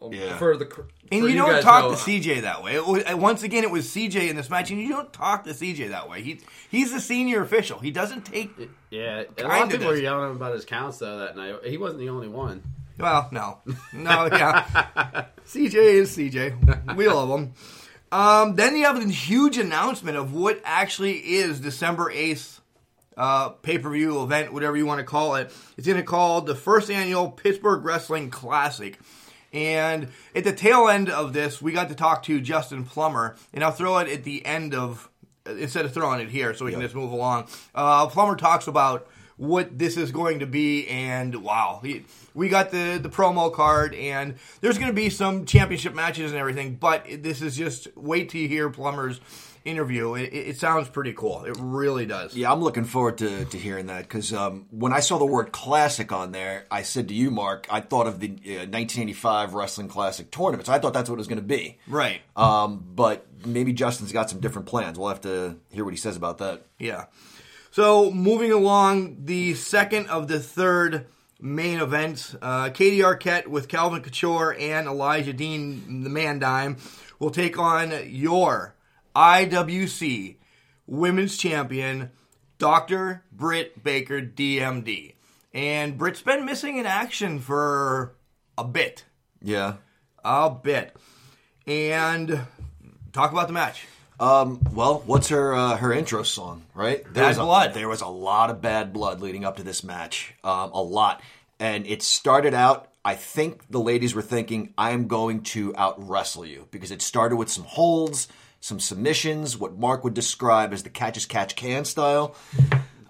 S4: oh,
S3: Yeah.
S4: for the cr-
S2: And
S4: for
S2: you, don't
S4: guys
S2: talk
S4: know,
S2: to CJ that way. It was, uh, once again, it was CJ in this match, and you don't talk to CJ that way. He he's the senior official. He doesn't take.
S5: yeah. A lot
S2: Kinda
S5: of people were
S2: does.
S5: yelling at him about his counts though that night. He wasn't the only one.
S2: Well, no, no, yeah. CJ is CJ. We love him. Um, then you have the huge announcement of what actually is December eighth uh, pay per view event, whatever you want to call it. It's going to call the first annual Pittsburgh Wrestling Classic. And at the tail end of this, we got to talk to Justin Plummer, and I'll throw it at the end of instead of throwing it here, so we can just move along. Uh, Plummer talks about what this is going to be, and wow, he, we got the the promo card, and there's going to be some championship matches and everything. But it- this is just wait till you hear Plummer's interview. It, it it sounds pretty cool. It really does.
S3: Yeah, I'm looking forward to, to hearing that because um, when I saw the word classic on there, I said to you, Mark, I thought of the uh, 1985 Wrestling Classic tournaments. I thought that's what it was going to be.
S2: Right.
S3: Um, but maybe Justin's got some different plans. We'll have to hear what he says about that.
S2: Yeah. So moving along, the second of the third main events, uh, Katie Arquette with Calvin Couture and Elijah Dean, the Man Dime, will take on your IWC Women's Champion, Doctor Britt Baker, DMD. And Britt's been missing in action for a bit,
S3: Yeah.
S2: a bit. And talk about the match.
S3: Um, well, what's her uh, her intro song, right? There
S2: Bad
S3: was a-
S2: Blood.
S3: There was a lot of bad blood leading up to this match, um, a lot, and it started out. I think the ladies were thinking, "I am going to out wrestle you," because it started with some holds, some submissions, what Mark would describe as the catch as catch can style.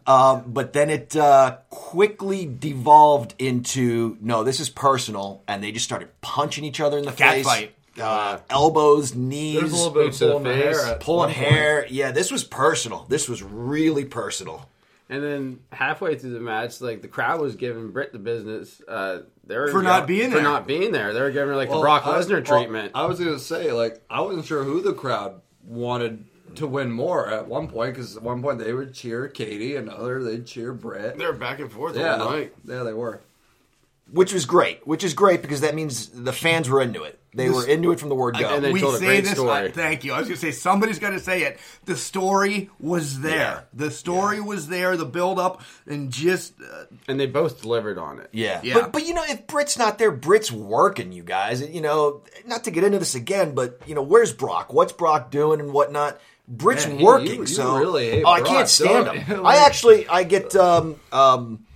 S3: Uh, but then it uh, quickly devolved into no, this is personal, and they just started punching each other in the
S2: Cat
S3: face,
S2: fight.
S3: Uh, elbows, knees,
S4: There's a little bit of
S5: Boots to the
S4: pulling the
S5: face,
S4: hair. at
S3: pulling
S4: one point.
S3: hair. Yeah, this was personal. This was really personal.
S5: And then halfway through the match, like the crowd was giving Britt the business uh, they were
S2: For not being
S5: for
S2: there.
S5: not being there. They were giving her like
S4: Well,
S5: the Brock
S4: I-
S5: Lesnar
S4: well,
S5: treatment.
S4: I was gonna say, like, I wasn't sure who the crowd wanted to win more at one point because at one point they would cheer Katie, another they'd cheer Brett.
S7: They're back and forth
S4: yeah,
S7: all night.
S4: yeah, they were.
S3: Which was great. Which is great because that means the fans were into it. They were into it from the word go.
S5: and they
S2: we
S5: told a
S2: say
S5: great
S2: this.
S5: story.
S2: I- thank you. I was going to say somebody's got to say it. The story was there. The story was there. The build up and just uh,
S5: and they both delivered on it.
S3: Yeah.
S7: Yeah.
S3: But, but you know, if Britt's not there, Britt's working, you guys. You know, not to get into this again, but, you know, where's Brock? What's Brock doing and whatnot? Britt's
S4: Man, he-
S3: working,
S4: you- you
S3: so
S4: really hate
S3: oh, I
S4: Brock,
S3: can't stand
S4: don't
S3: him.
S4: you? Like-
S3: I actually I get um, um,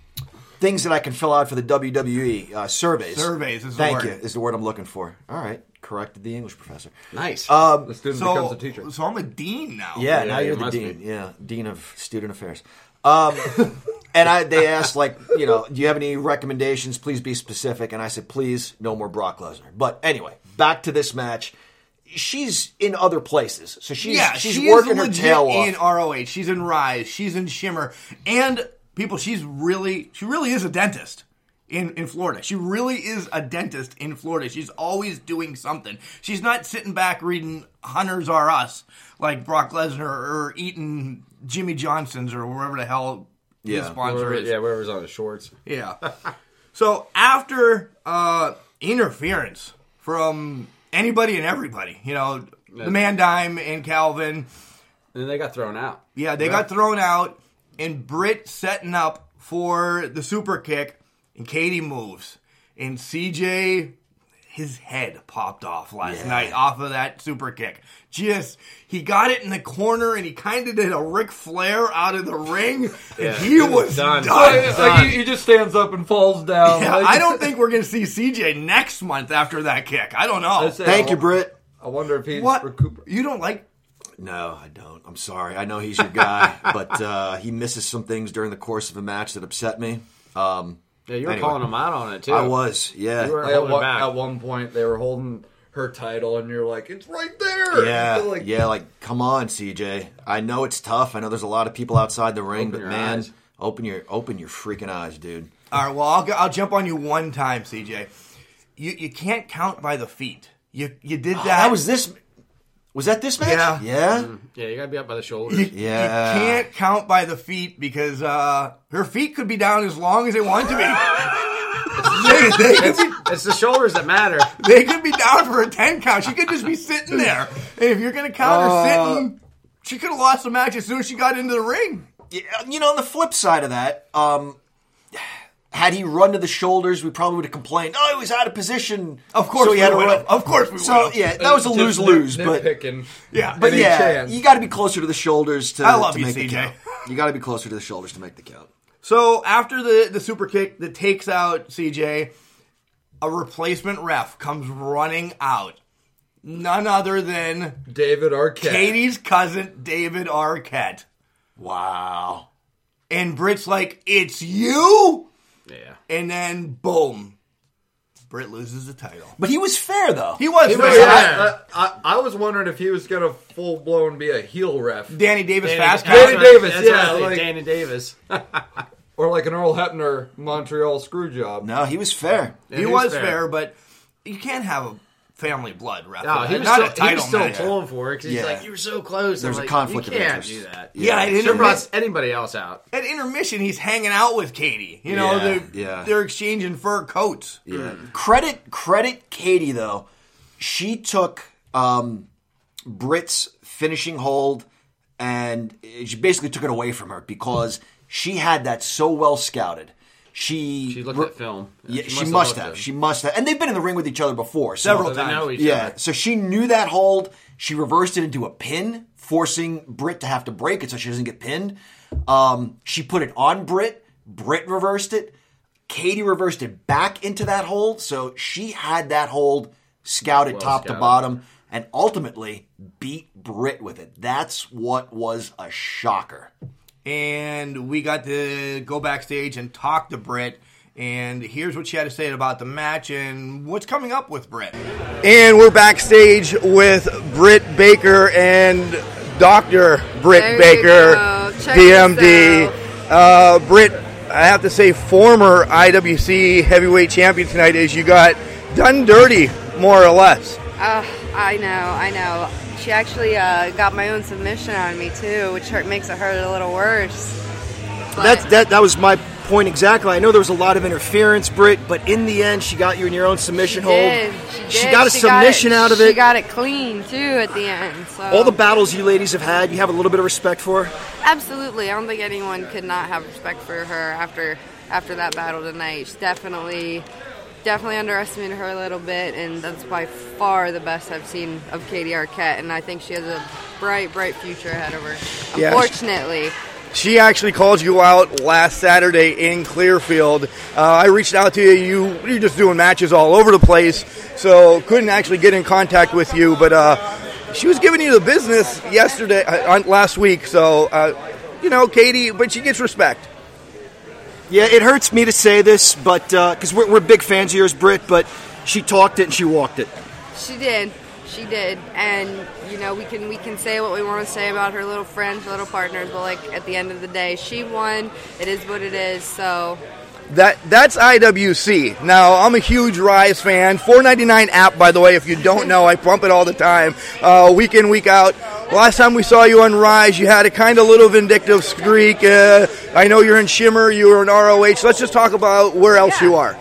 S3: things that I can fill out for the WWE uh, surveys.
S2: Surveys is the
S3: thank
S2: word.
S3: you is the word I'm looking for. All right, corrected the English professor.
S5: Nice.
S4: The student becomes
S2: so.
S4: a teacher.
S2: So I'm a dean now.
S3: Yeah, now
S5: you
S3: you're the
S5: must
S3: dean.
S5: be.
S3: Yeah, dean of student affairs. Um, and I, they asked, like, you know, do you have any recommendations? Please be specific. And I said, please, no more Brock Lesnar. But anyway, back to this match. She's in other places, so she's
S2: yeah,
S3: she's
S2: she is
S3: working her
S2: legit
S3: tail
S2: in
S3: off.
S2: ROH. She's in Rise. She's in Shimmer. And people, she's really she really is a dentist in in Florida. She really is a dentist in Florida. She's always doing something. She's not sitting back reading Hunters Are Us like Brock Lesnar or eating Jimmy Johnson's or wherever the hell his
S3: Yeah.
S2: sponsor
S5: Whoever-
S2: is.
S5: yeah, whoever's on the shorts.
S2: Yeah. so after uh, interference from anybody and everybody, you know, the Man Dime and Calvin,
S5: And then they got thrown out.
S2: yeah, they got thrown out, and Britt setting up for the super kick, and Katie moves, and CJ. His head popped off last night off of that super kick. Just he got it in the corner and he kind of did a Ric Flair out of the ring, and he was
S5: done.
S2: done.
S5: Yeah,
S4: Like, he, he just stands up and falls down.
S2: Yeah,
S4: like-
S2: I don't think we're going to see CJ next month after that kick. I don't know.
S4: I'd say
S3: Thank
S4: I
S3: you,
S4: wo-
S3: Britt.
S4: I wonder if he's
S2: What?
S4: recuper-
S2: You don't like?
S3: No, I don't. I'm sorry. I know he's your guy, but uh, he misses some things during the course of a match that upset me. Um,
S5: Yeah, you were
S3: Anyway.
S5: calling them out on it too.
S3: I was, yeah.
S5: You were
S4: Like, at,
S5: holding
S4: one,
S5: back.
S4: at one point, they were holding her title, and you're like, "It's right there."
S3: Yeah,
S4: They're like,
S3: yeah, like come on, CJ. I know it's tough. I know there's a lot of people outside the ring, but
S5: your
S3: man,
S5: eyes.
S3: open your open your freaking eyes, dude.
S2: All right. Well, I'll go- I'll jump on you one time, CJ. You you can't count by the feet. You you did that.
S3: Oh, That was this. Was that this match?
S2: Yeah.
S3: yeah.
S5: Yeah, you got to be up by the shoulders.
S2: You,
S3: Yeah.
S2: you can't count by the feet because uh, her feet could be down as long as they want to be. they, they could be
S5: it's the shoulders that matter.
S2: they could be down for a 10 count. She could just be sitting there. And if you're going to count
S3: Uh,
S2: her sitting, she could have lost the match as soon as she got into the ring.
S3: Yeah, You know, on the flip side of that, um, had he run to the shoulders, we probably would have complained. Oh, he was out of position.
S2: Of course
S3: so
S2: we
S3: he had to
S2: would
S3: run.
S2: have. Of course we
S3: So
S2: would have.
S3: yeah, that was a
S4: Just
S3: lose lose,
S4: nit-
S3: but.
S4: nitpicking.
S2: Yeah.
S3: But
S4: any
S3: yeah,
S4: chance.
S3: you got to be closer to the shoulders to,
S2: I love
S3: to
S2: you,
S3: make the
S2: CJ.
S3: count. You got to be closer to the shoulders to make the count.
S2: So after the, the super kick that takes out CJ, a replacement ref comes running out. None other than
S4: David Arquette.
S2: Katie's cousin, David Arquette.
S3: Wow.
S2: And Britt's like, it's you?
S5: Yeah.
S2: And then, boom, Britt loses the title.
S3: But he was fair though.
S2: He was,
S4: No,
S2: fair.
S4: yeah, I, I, I was wondering if he was gonna full blown be a heel ref
S2: Danny Davis fast pass.
S5: that's
S4: Danny
S5: what I-
S4: Davis,
S5: that's what I
S4: yeah,
S5: think,
S4: like-
S5: Danny Davis.
S4: or like an Earl Hebner Montreal screw job.
S3: No, he was fair.
S2: he
S5: he
S2: was,
S5: was
S2: fair.
S5: fair.
S2: but you can't have a family blood ref.
S5: No, he was
S2: not
S5: still,
S2: a title
S5: he was still
S2: match.
S5: pulling for it because he's
S3: Yeah.
S5: like, "You were so close."
S3: There's
S5: I'm
S3: a
S5: like,
S3: conflict
S5: You
S3: of
S5: can't
S3: interest.
S5: do that.
S2: Yeah, at,
S5: Should have
S2: intermis-
S5: brought anybody else out.
S2: at intermission, he's hanging out with Katie. You know,
S3: Yeah,
S2: they're,
S3: yeah.
S2: they're exchanging fur coats.
S3: Yeah. Credit credit Katie though. She took um Britt's finishing hold and she basically took it away from her because she had that so well scouted. She
S5: She looked
S3: re-
S5: at film.
S3: Yeah, she,
S5: have
S3: must
S5: looked
S3: have.
S5: at it.
S3: She must have. And they've been in the ring with each other before. So
S2: Several
S5: So they know each
S3: Yeah,
S5: other.
S3: so she knew that hold. She reversed it into a pin, forcing Britt to have to break it so she doesn't get pinned. Um, she put it on Britt. Britt reversed it. Katie reversed it back into that hold. So she had that hold scouted top to
S5: scouted.
S3: bottom and ultimately beat Britt with it. That's what was a shocker.
S2: and we got to go backstage and talk to Britt. And here's what she had to say about the match and what's coming up with Britt. And we're backstage with Britt Baker and Dr. Britt
S7: There you
S2: Baker,
S7: go. Check
S2: DMD.
S7: this
S2: Uh, Britt, I have to say, former IWC heavyweight champion tonight is you got done dirty, more or less.
S7: Uh, I know, I know. She actually uh, got my own submission on me too, which hurt, makes it hurt a little worse. But
S8: That's that. That was my point exactly. I know there was a lot of interference, Britt, but in the end, she got you in your own submission
S7: she
S8: hold.
S7: did. She,
S8: She
S7: did.
S8: got a submission
S7: it,
S8: out of
S7: She
S8: it.
S7: got it clean too at the end. So
S8: All the battles you ladies have had, you have a little bit of respect for.
S7: absolutely, I don't think anyone could not have respect for her after after that battle tonight. She's definitely, definitely underestimated her a little bit, and that's by far the best I've seen of Katie Arquette. And I think she has a bright, bright future ahead of her.
S2: Yeah.
S7: Unfortunately.
S2: She actually called you out last Saturday in Clearfield. Uh, I reached out to you. you. You're just doing matches all over the place, so couldn't actually get in contact with you. But uh, she was giving you the business yesterday, uh, on, last week. So, uh, you know, Katie, but she gets respect.
S8: Yeah, it hurts me to say this, but because we're, we're big fans of yours, Britt, but she talked it and she walked it.
S7: She did. She did. And you know, we can we can say what we want to say about her little friends, little partners, but like at the end of the day, she won. It is what it is. So
S2: That that's IWC. Now I'm a huge Rise fan. 4.99 app, by the way. If you don't know, I pump it all the time, uh, week in, week out. Last time we saw you on Rise, you had a kind of little vindictive streak. Uh, I know you're in Shimmer, you were in ROH. Let's just talk about where else you are.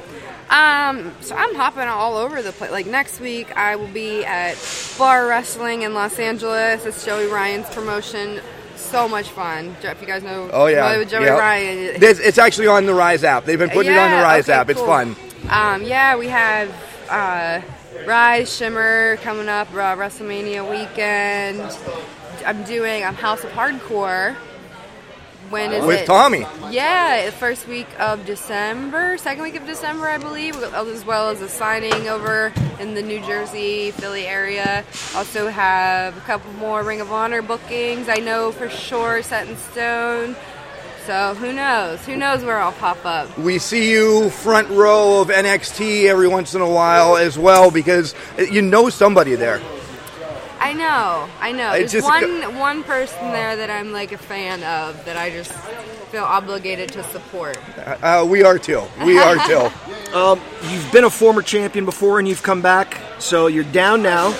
S7: um so I'm hopping all over the place. Like next week I will be at Bar Wrestling in Los Angeles. It's Joey Ryan's promotion. So much fun. Jo- If you guys know
S2: Oh yeah,
S7: familiar with Joey
S2: yeah.
S7: Ryan.
S2: This- it's actually on the Rise app. They've been putting it on the Rise
S7: okay,
S2: app. It's
S7: cool.
S2: fun.
S7: Um, yeah, we have uh, Rise Shimmer coming up, uh, WrestleMania weekend. I'm doing um, House of Hardcore. When is
S2: With
S7: it?
S2: Tommy.
S7: Yeah, the first week of December, second week of December, I believe, as well as a signing over in the New Jersey, Philly area. Also have a couple more Ring of Honor bookings. I know for sure, set in stone. So who knows? Who knows where I'll pop up?
S2: we see you front row of NXT every once in a while as well because uh, you know somebody there.
S7: I know, I know.
S2: It's just
S7: There's one one person there that I'm like a fan of that I just feel obligated to support.
S2: Uh, we are too. We are too.
S8: You've been a former champion before and you've come back, so you're down now.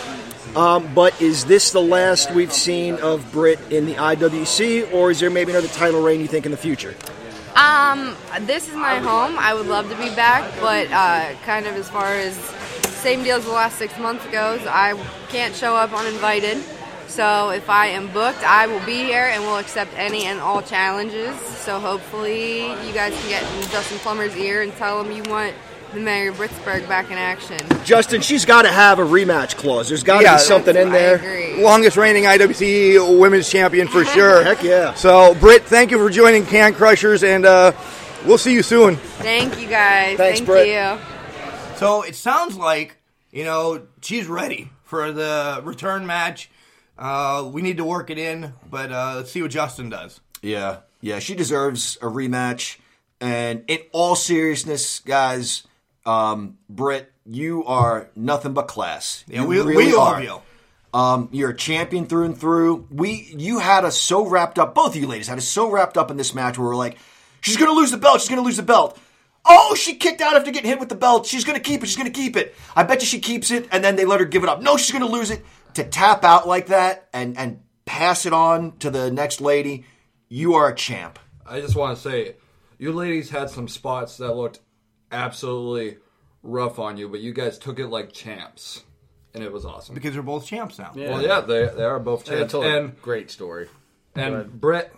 S8: Um, but is this the last we've seen of Britt in the IWC, or is there maybe another title reign you think in the future?
S7: Um, this is my home. I would love to be back, but uh, kind of as far as same deal as the last six months goes, I can't show up uninvited. So if I am booked, I will be here and will accept any and all challenges. So hopefully you guys can get in Justin Plummer's ear and tell him you want the mayor of Pittsburgh back in action.
S8: Justin, she's got to have a rematch clause. There's got to
S2: Yeah.
S8: be something in
S7: I
S8: there.
S7: agree.
S2: Longest reigning IWC E Women's Champion for sure.
S8: Heck yeah.
S2: So, Britt, thank you for joining Can Crushers, and uh, we'll see you soon.
S7: Thank you guys.
S8: Thanks,
S7: Thank
S8: Brett.
S7: you.
S2: So it sounds like you know she's ready for the return match. Uh, we need to work it in, but uh, let's see what Justin does.
S3: Yeah, yeah, she deserves a rematch. And in all seriousness, guys, um, Britt, you are nothing but class.
S2: Yeah,
S3: You
S2: we-
S3: really
S2: we love
S3: are.
S2: you.
S3: Um, you're a champion through and through. We, you had us so wrapped up. Both of you ladies had us so wrapped up in this match where we're like, she's gonna lose the belt. She's gonna lose the belt. Oh, she kicked out after getting hit with the belt. She's gonna keep it. She's gonna keep it. I bet you she keeps it, and then they let her give it up. No, she's gonna lose it. To tap out like that and and pass it on to the next lady, you are a champ.
S4: I just want to say, you ladies had some spots that looked absolutely rough on you, but you guys took it like champs, and it was awesome.
S2: Because they're both champs now.
S4: well, yeah, they, they are both
S5: I
S4: champs.
S5: told you,
S4: And
S5: great story.
S4: and Brett,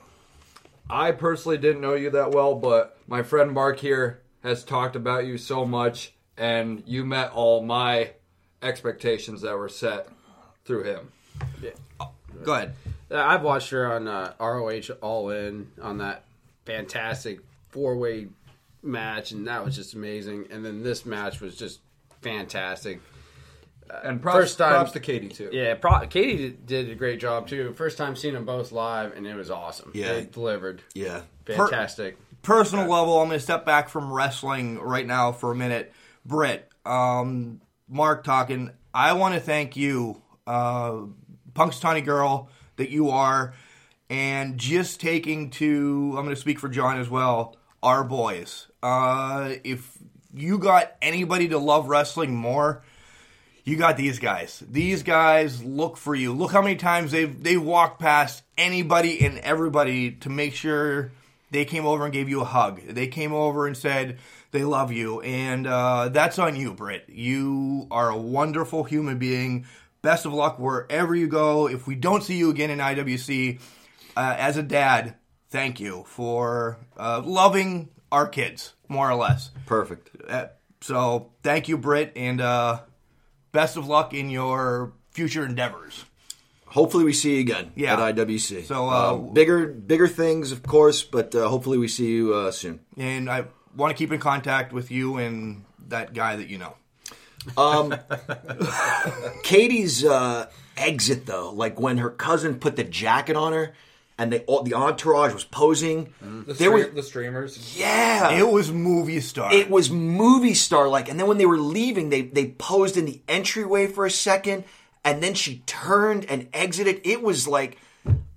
S4: I personally didn't know you that well, but my friend Mark here has talked about you so much, and you met all my expectations that were set through him.
S2: Go ahead.
S5: Yeah, Uh, I've watched her on uh, ROH All In on that fantastic four way match, and that was just amazing. And then this match was just fantastic.
S4: And props,
S5: First time-
S4: props to Katie too.
S5: Yeah, pro- Katie did a great job too. First time seeing them both live, and it was awesome.
S2: Yeah.
S5: they delivered.
S2: Yeah.
S5: fantastic.
S2: personal level, I'm going to step back from wrestling right now for a minute. Britt, um, Mark talking. I want to thank you, uh, Punk's Tiny Girl, that you are, and just taking to, I'm going to speak for John as well, our boys. Uh, if you got anybody to love wrestling more, you got these guys. These guys look for you. Look how many times they've they walked past anybody and everybody to make sure they came over and gave you a hug. They came over and said they love you, and uh, that's on you, Britt. You are a wonderful human being. Best of luck wherever you go. If we don't see you again in IWC, uh, as a dad, thank you for uh, loving our kids more or less.
S3: Perfect.
S2: Uh, so thank you, Britt, and uh, best of luck in your future endeavors.
S3: Hopefully we see you again
S2: Yeah.
S3: at IWC.
S2: So, uh,
S3: Um, bigger bigger things, of course, but uh, hopefully we see you uh, soon.
S2: And I want to keep in contact with you and that guy that you know.
S3: Katie's uh, exit though, like when her cousin put the jacket on her, and they all the entourage was posing.
S4: The,
S3: There
S4: stre-
S3: was-
S4: the streamers.
S3: Yeah,
S2: Mm. It was movie star.
S3: it was movie star like. And then when they were leaving, they they posed in the entryway for a second, and then she turned and exited. It was like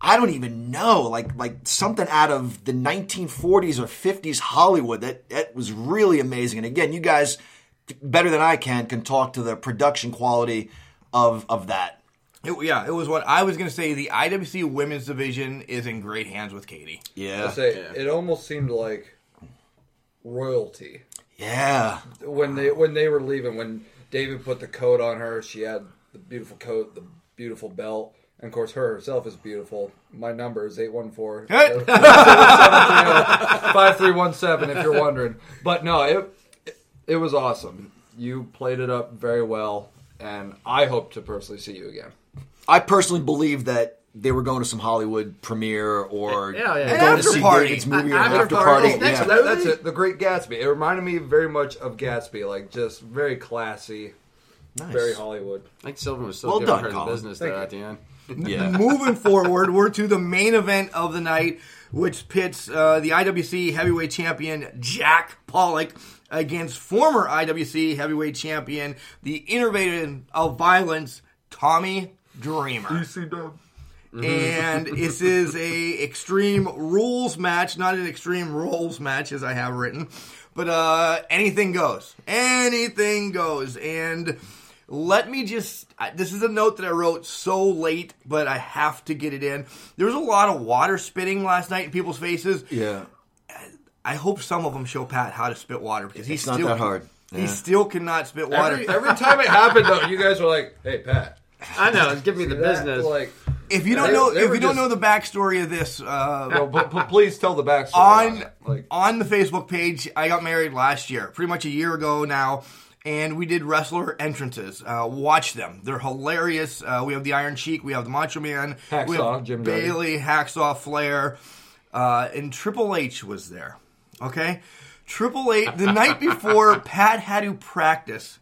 S3: I don't even know, like like something out of the 1940s or 50s Hollywood. That that was really amazing. And again, you guys better than I can can talk to the production quality of of that.
S2: It- yeah, it was what I was going to say. The IWC Women's Division is in great hands with Katie.
S3: Yeah,
S4: Say, It almost seemed like royalty
S3: yeah.
S4: when they when they were leaving. When David put the coat on her, she had the beautiful coat, the beautiful belt, and of course her herself is beautiful. My number is eight one four. five three one seven if you're wondering. But no, it, it was awesome. You played it up very well, and I hope to personally see you again.
S3: I personally believe that they were going to some Hollywood premiere or
S5: Yeah,
S3: going
S5: yeah. An
S3: to
S2: after
S3: see
S2: party.
S3: David's movie or
S5: An
S3: an
S5: after
S3: after
S5: party.
S3: party.
S5: Oh, next
S3: yeah.
S4: That- that's it. The Great Gatsby. It reminded me very much of Gatsby, like just very classy, very Hollywood.
S5: I think Sylvan was still
S3: Well
S5: giving
S3: done,
S5: her the
S3: Colin.
S5: business there at the end.
S3: Yeah.
S2: Moving forward, we're to the main event of the night, which pits uh, the IWC heavyweight champion Jack Pollock against former IWC heavyweight champion, the innovator of violence, Tommy Dreamer. And this is a extreme rules match, not an extreme rules match as I have written, but uh, anything goes. Anything goes. And let me just I- this is a note that I wrote so late, but I have to get it in. There was a lot of water spitting last night in people's faces.
S3: Yeah.
S2: I hope some of them show Pat how to spit water because he's
S3: It's not
S2: still
S3: that hard.
S2: He
S3: Yeah.
S2: still cannot spit water.
S4: Every, every time it happened, though, you guys were like, "Hey, Pat."
S5: I know, it's giving me the
S4: that,
S5: business.
S4: like,
S2: if you don't
S4: They-
S2: know,
S4: they
S2: if
S4: were
S2: you
S4: just-
S2: don't know the backstory of this, uh,
S4: no, but, but please tell the backstory.
S2: on
S4: it. like,
S2: on the Facebook page. I got married last year, pretty much a year ago now, and we did wrestler entrances. Uh, watch them; they're hilarious. Uh, we have the Iron Cheek, we have the Macho Man, we
S4: Hacksaw,
S2: have
S4: Jim Duggan.
S2: Bailey, Hacksaw, Flair, uh, and Triple H was there. Okay, Triple H. The night before, Pat had to practice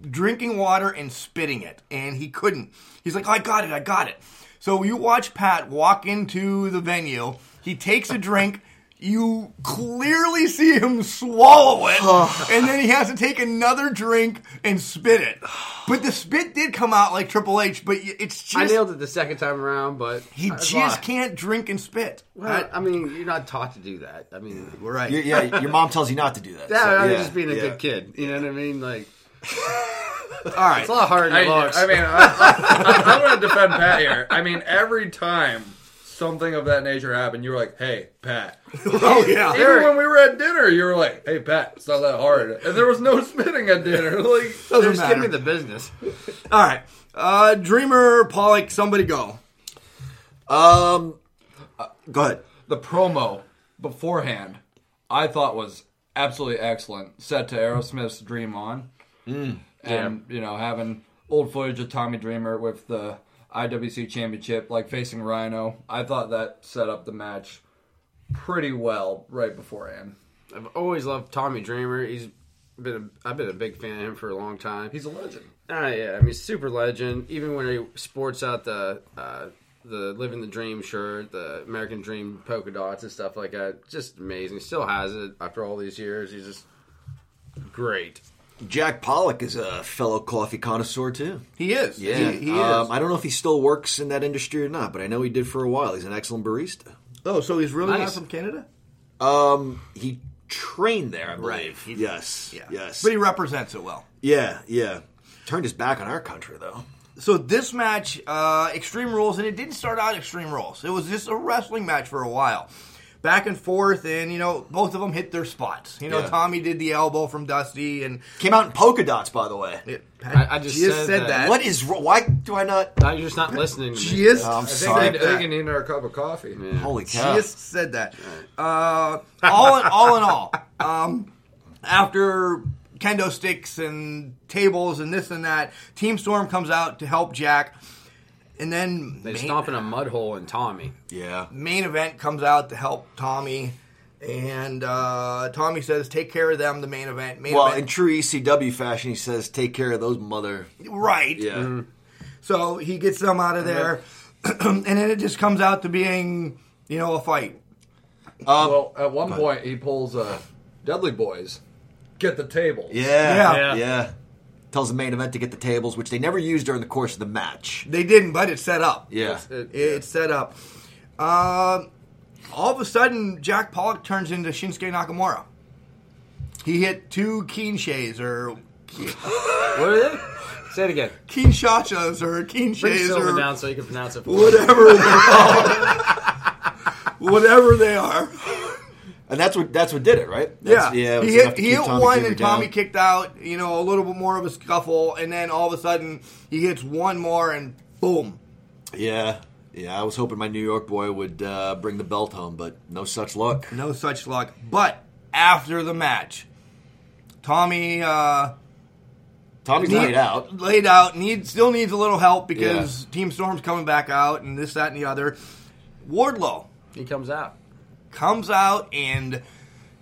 S2: drinking water and spitting it, and he couldn't. He's like, I got it, I got it. So you watch Pat walk into the venue. He takes a drink. You clearly see him swallow it, and then he has to take another drink and spit it. But the spit did come out like Triple H, but y- it's
S5: I
S2: just
S5: nailed it the second time around, but
S2: he
S5: I
S2: just
S5: lied.
S2: can't drink and spit.
S5: Well, I mean, you're not taught to do that. I mean,
S2: We're right.
S3: Your- yeah, your mom tells you not to do that.
S5: yeah,
S3: so,
S5: I was
S3: yeah,
S5: just being a
S3: yeah.
S5: good kid. You know what I mean? Like,
S2: All right.
S5: it's a lot harder than it
S4: I,
S5: looks.
S4: I mean, I, I, I want to defend Pat here. I mean, every time something of that nature happened, you were like, "Hey, Pat."
S2: Oh yeah.
S4: Even when we were at dinner, you were like, "Hey, Pat, it's not that hard," and there was no spitting at dinner. Like,
S2: Doesn't
S5: just give
S2: matter.
S5: me the business.
S2: All right. Uh, Dreamer, Pollock, somebody go.
S3: Um, uh, go ahead.
S4: the promo beforehand, I thought was absolutely excellent. Set to Aerosmith's "Dream On," and you know having old footage of Tommy Dreamer with the IWC Championship, like facing Rhino. I thought that set up the match pretty well right beforehand.
S5: I've always loved Tommy Dreamer. He's been a, I've been a big fan of him for a long time.
S4: He's a legend.
S5: Ah, yeah. I mean, super legend. Even when he sports out the uh, the living the dream shirt, the American Dream polka dots and stuff like that, just amazing. Still has it after all these years. He's just great.
S3: Jack Pollock is a fellow coffee connoisseur too.
S2: He is.
S3: Yeah,
S2: He, he
S3: um,
S2: is.
S3: I don't know if he still works in that industry or not, but I know he did for a while. He's an excellent barista.
S2: oh, so he's really not
S5: Nice.
S2: from Canada?
S3: Um, he trained there, I believe.
S2: He-
S3: yes, yes,
S2: But he represents it well.
S3: yeah, yeah. Turned his back on our country though.
S2: So this match, uh, Extreme Rules, and it didn't start out Extreme Rules. It was just a wrestling match for a while, back and forth, and you know both of them hit their spots. You know,
S3: Yeah.
S2: Tommy did the elbow from Dusty, and
S3: Came out in polka dots, by the way.
S5: I- I just said that.
S3: What is? wr- Why do I not?
S5: I'm just not listening to me. Uh,
S2: She is.
S3: I'm
S4: I think
S3: sorry.
S4: they, they can need another cup of coffee.
S3: Holy
S2: She
S3: cow!
S2: just said that. Uh, all in all, in all um, after kendo sticks and tables and this and that, Team Storm comes out to help Jack, and then
S5: They
S2: main,
S5: stomp in a mud hole in Tommy.
S3: Yeah.
S2: main event comes out to help Tommy, and uh, Tommy says, "Take care of them." The main event, main
S3: Well, in
S2: event,
S3: true ECW fashion, he says, "Take care of those mother."
S2: right?
S3: Yeah.
S2: So he gets them out of there, and then it just comes out to being, you know, a fight.
S4: well, at one point he pulls uh, Dudley Boys, get the table.
S3: Yeah.
S2: Yeah.
S3: Yeah. Tells the main event to get the tables, which they never used during the course of the match.
S2: They didn't, but it's set up.
S3: Yeah.
S5: It-
S2: It- It's set up. Um, all of a sudden, Jack Pollock turns into Shinsuke Nakamura. He hit two Kinshays or
S5: What are they? Say it again.
S2: Kinshashas or
S5: Bring
S2: Kinshays
S5: Silver
S2: or
S5: down so you can pronounce it. For me.
S2: whatever they're called. whatever they are.
S3: And that's what that's what did it, right?
S2: Yeah,
S3: That's, yeah. it was
S2: He
S3: enough
S2: hit,
S3: to
S2: he
S3: keep
S2: hit
S3: Tommy
S2: one,
S3: Dreamer
S2: and Tommy
S3: down.
S2: kicked out. You know, a little bit more of a scuffle, and then all of a sudden he hits one more, and boom.
S3: Yeah. Yeah. I was hoping my New York boy would uh, bring the belt home, but no such luck.
S2: No such luck. But after the match, Tommy uh,
S3: Tommy's
S2: need-
S3: laid out.
S2: Laid out. Need still needs a little help because
S3: Yeah.
S2: Team Storm's coming back out, and this, that, and the other. Wardlow
S5: He comes out.
S2: comes out and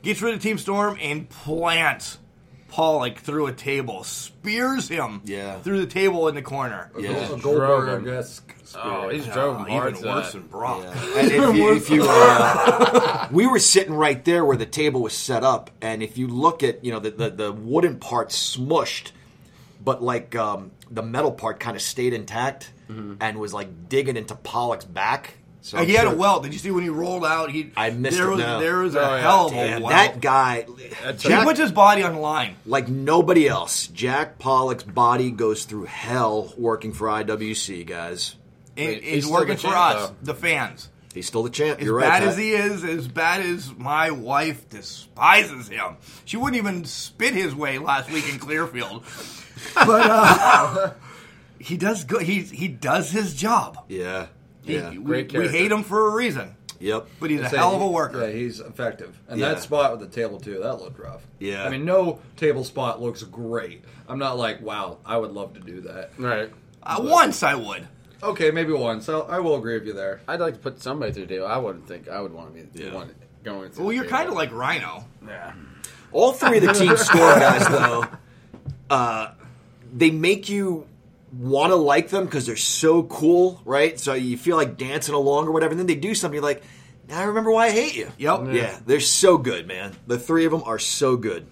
S2: gets rid of Team Storm and plants Pollock through a table, spears him
S3: Yeah.
S2: through the table in the corner.
S3: Yeah.
S4: A
S5: Drove
S4: Goldberg
S5: him.
S4: esque.
S5: Oh, he's drove him
S2: Oh,
S5: hard.
S2: even
S5: to
S2: worse
S5: that.
S2: than Brock.
S3: And if you, if you uh, we were sitting right there where the table was set up, and if you look at you know the the, the wooden part smushed, but like um, the metal part kind of stayed intact and was like digging into Pollock's back. So
S2: Like,
S3: I'm
S2: he had a
S3: sure-
S2: welt. Did you see when he rolled out? He
S3: I missed
S2: there
S3: it,
S2: was
S3: no.
S2: there was a
S5: Oh, yeah.
S2: hell of a
S3: Damn,
S2: welt.
S3: that guy,
S2: he
S3: Jack,
S2: puts his body on the line.
S3: like nobody else. Jack Pollock's body goes through hell working for IWC guys.
S2: It,
S5: he's
S2: it's
S5: still
S2: working
S5: the
S2: for
S5: champ,
S2: us,
S5: though.
S2: the fans.
S3: He's still the champ.
S2: As
S3: You're right.
S2: bad
S3: Pat.
S2: as he is, as bad as my wife despises him. She wouldn't even spit his way last week in Clearfield. but uh, he does good. He he does his job.
S3: yeah.
S2: He-
S3: Yeah.
S2: we,
S5: Great
S2: we hate
S5: character.
S2: him for a reason,
S3: Yep.
S2: but he's a
S4: Say
S2: hell of
S4: he-
S2: a worker.
S4: Yeah, he's effective. And
S3: Yeah.
S4: that spot with the table too, that looked rough.
S3: Yeah.
S4: I mean, no table spot looks great. I'm not like, wow, I would love to do that.
S5: Right.
S2: Uh, once I would.
S4: Okay, maybe once. I'll, I will agree with you there.
S5: I'd like to put somebody through the table. I wouldn't think I would want to be the
S3: Yeah.
S5: one going through.
S2: Well,
S5: the
S2: you're
S5: table.
S2: kind of like Rhino.
S3: All three of the team score guys, though, uh, they make you want to like them because they're so cool, right? So you feel like dancing along or whatever. And then they do something you're like, now I remember why I hate you.
S2: Yep.
S3: Yeah. they're so good, man. The three of them are so good.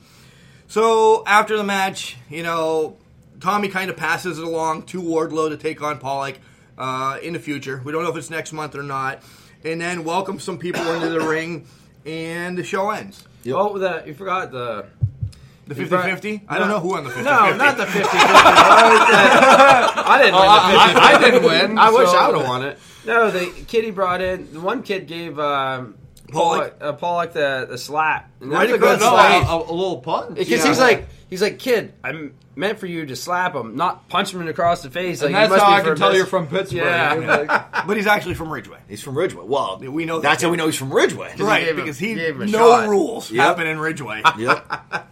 S2: So after the match, you know, Tommy kind of passes it along to Wardlow to take on Pollock uh, in the future. We don't know if it's next month or not. And then welcome some people into the ring, and the show ends.
S5: Oh, that you forgot the
S2: The
S5: You
S2: 50
S5: brought-
S2: 50? I don't know who on the 50
S5: no, not the fifty. I didn't. Win the
S4: Oh,
S5: 50.
S4: I didn't win.
S5: I wish
S4: so-
S5: I would have won it. No, the kid he brought in. The one kid gave um,
S2: Pollock-
S5: Pollock, uh, Pollock the, the slap. And that
S2: Right
S5: was a
S2: across
S5: good
S2: the
S5: slap.
S2: face.
S4: A, a little punch.
S5: Because
S4: Yeah.
S5: he's like, he's like, kid, I meant for you to slap him, not punch him across the face.
S4: and
S5: like, you
S4: that's
S5: must
S4: how
S5: be
S4: I can
S5: for
S4: tell
S5: this."
S4: you're from Pittsburgh.
S5: Yeah.
S4: You're like,
S2: But he's actually from Ridgeway.
S3: He's from Ridgeway. Well,
S2: We know
S3: that's
S2: that.
S3: how we know he's from Ridgeway.
S2: Right,
S5: gave him-
S2: because he,
S5: he gave him a
S2: no
S5: shot.
S2: rules
S3: Yep.
S2: happen in Ridgeway.
S3: Yep.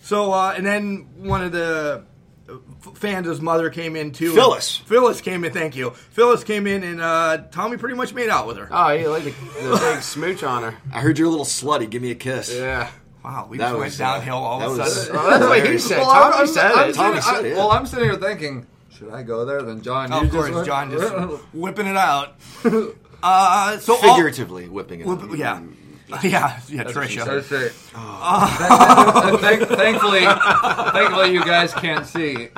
S2: so, uh, and then one of the uh, f- fans' mother came in too.
S3: Phyllis.
S2: Phyllis came in, thank you. Phyllis came in, and uh, Tommy pretty much made out with her.
S5: Oh, he like the, the big smooch on her.
S3: I heard you're a little slutty. Give me a kiss.
S5: Yeah.
S2: Wow, we
S3: That
S2: just went
S3: was, uh,
S2: downhill all of
S3: that
S2: a
S3: was-
S2: sudden.
S3: Well,
S5: that's what he said.
S4: Well,
S5: Tommy
S4: I'm- I'm-
S5: said
S4: I'm
S5: it.
S4: sitting-
S3: Tommy said it,
S4: I- Well,
S3: yeah.
S4: I'm sitting here thinking, should I go there? Then John, you
S2: Of
S4: just
S2: course,
S4: went-
S2: John just whipping it out. Uh, so all-
S3: Figuratively whipping it.
S2: whip- yeah, yeah, yeah. Trisha,
S4: That's it.
S2: Oh.
S4: Thank- thank- thankfully, thankfully, you guys can't see.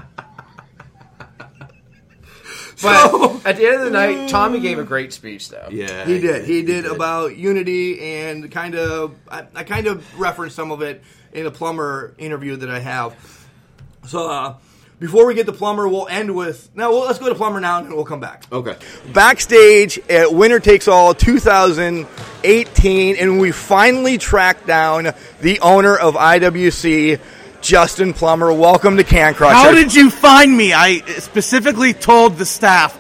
S5: But at the end of the night, Tommy gave a great speech, though.
S3: Yeah,
S2: he did. Uh, He did about unity and kind of. I, I kind of referenced some of it in the plumber interview that I have. So uh, before we get to plumber, we'll end with no. Well, let's go to plumber now, and then we'll come back.
S3: Okay.
S2: backstage at Winner Takes All 2018, and we finally tracked down the owner of IWC, Justin Plummer. Welcome to Can Crusher.
S9: How did you find me? I specifically told the staff,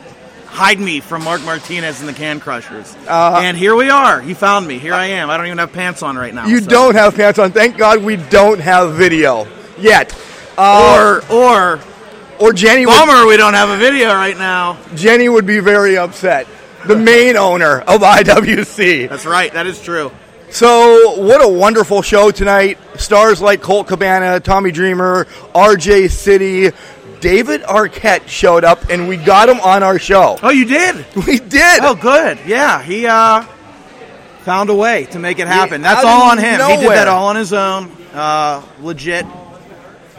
S9: hide me from Mark Martinez and the Can Crushers. and here we are. You found me. Here I am. I don't even have pants on right now.
S2: you
S9: so-
S2: don't have pants on? Thank God we don't have video yet. Uh,
S9: Or or
S2: or Jenny would,
S9: bummer, we don't have a video right now.
S2: Jenny would be very upset. The main owner of IWC.
S9: That's right. That is true.
S2: So, what a wonderful show tonight. Stars like Colt Cabana, Tommy Dreamer, RJ City, David Arquette showed up, and we got him on our show.
S9: Oh, you did.
S2: We did.
S9: Oh, good. Yeah, he uh, found a way to make it happen.
S2: Yeah,
S9: That's
S2: out
S9: all
S2: of
S9: on him. He did
S2: nowhere.
S9: that all on his own. Uh, legit.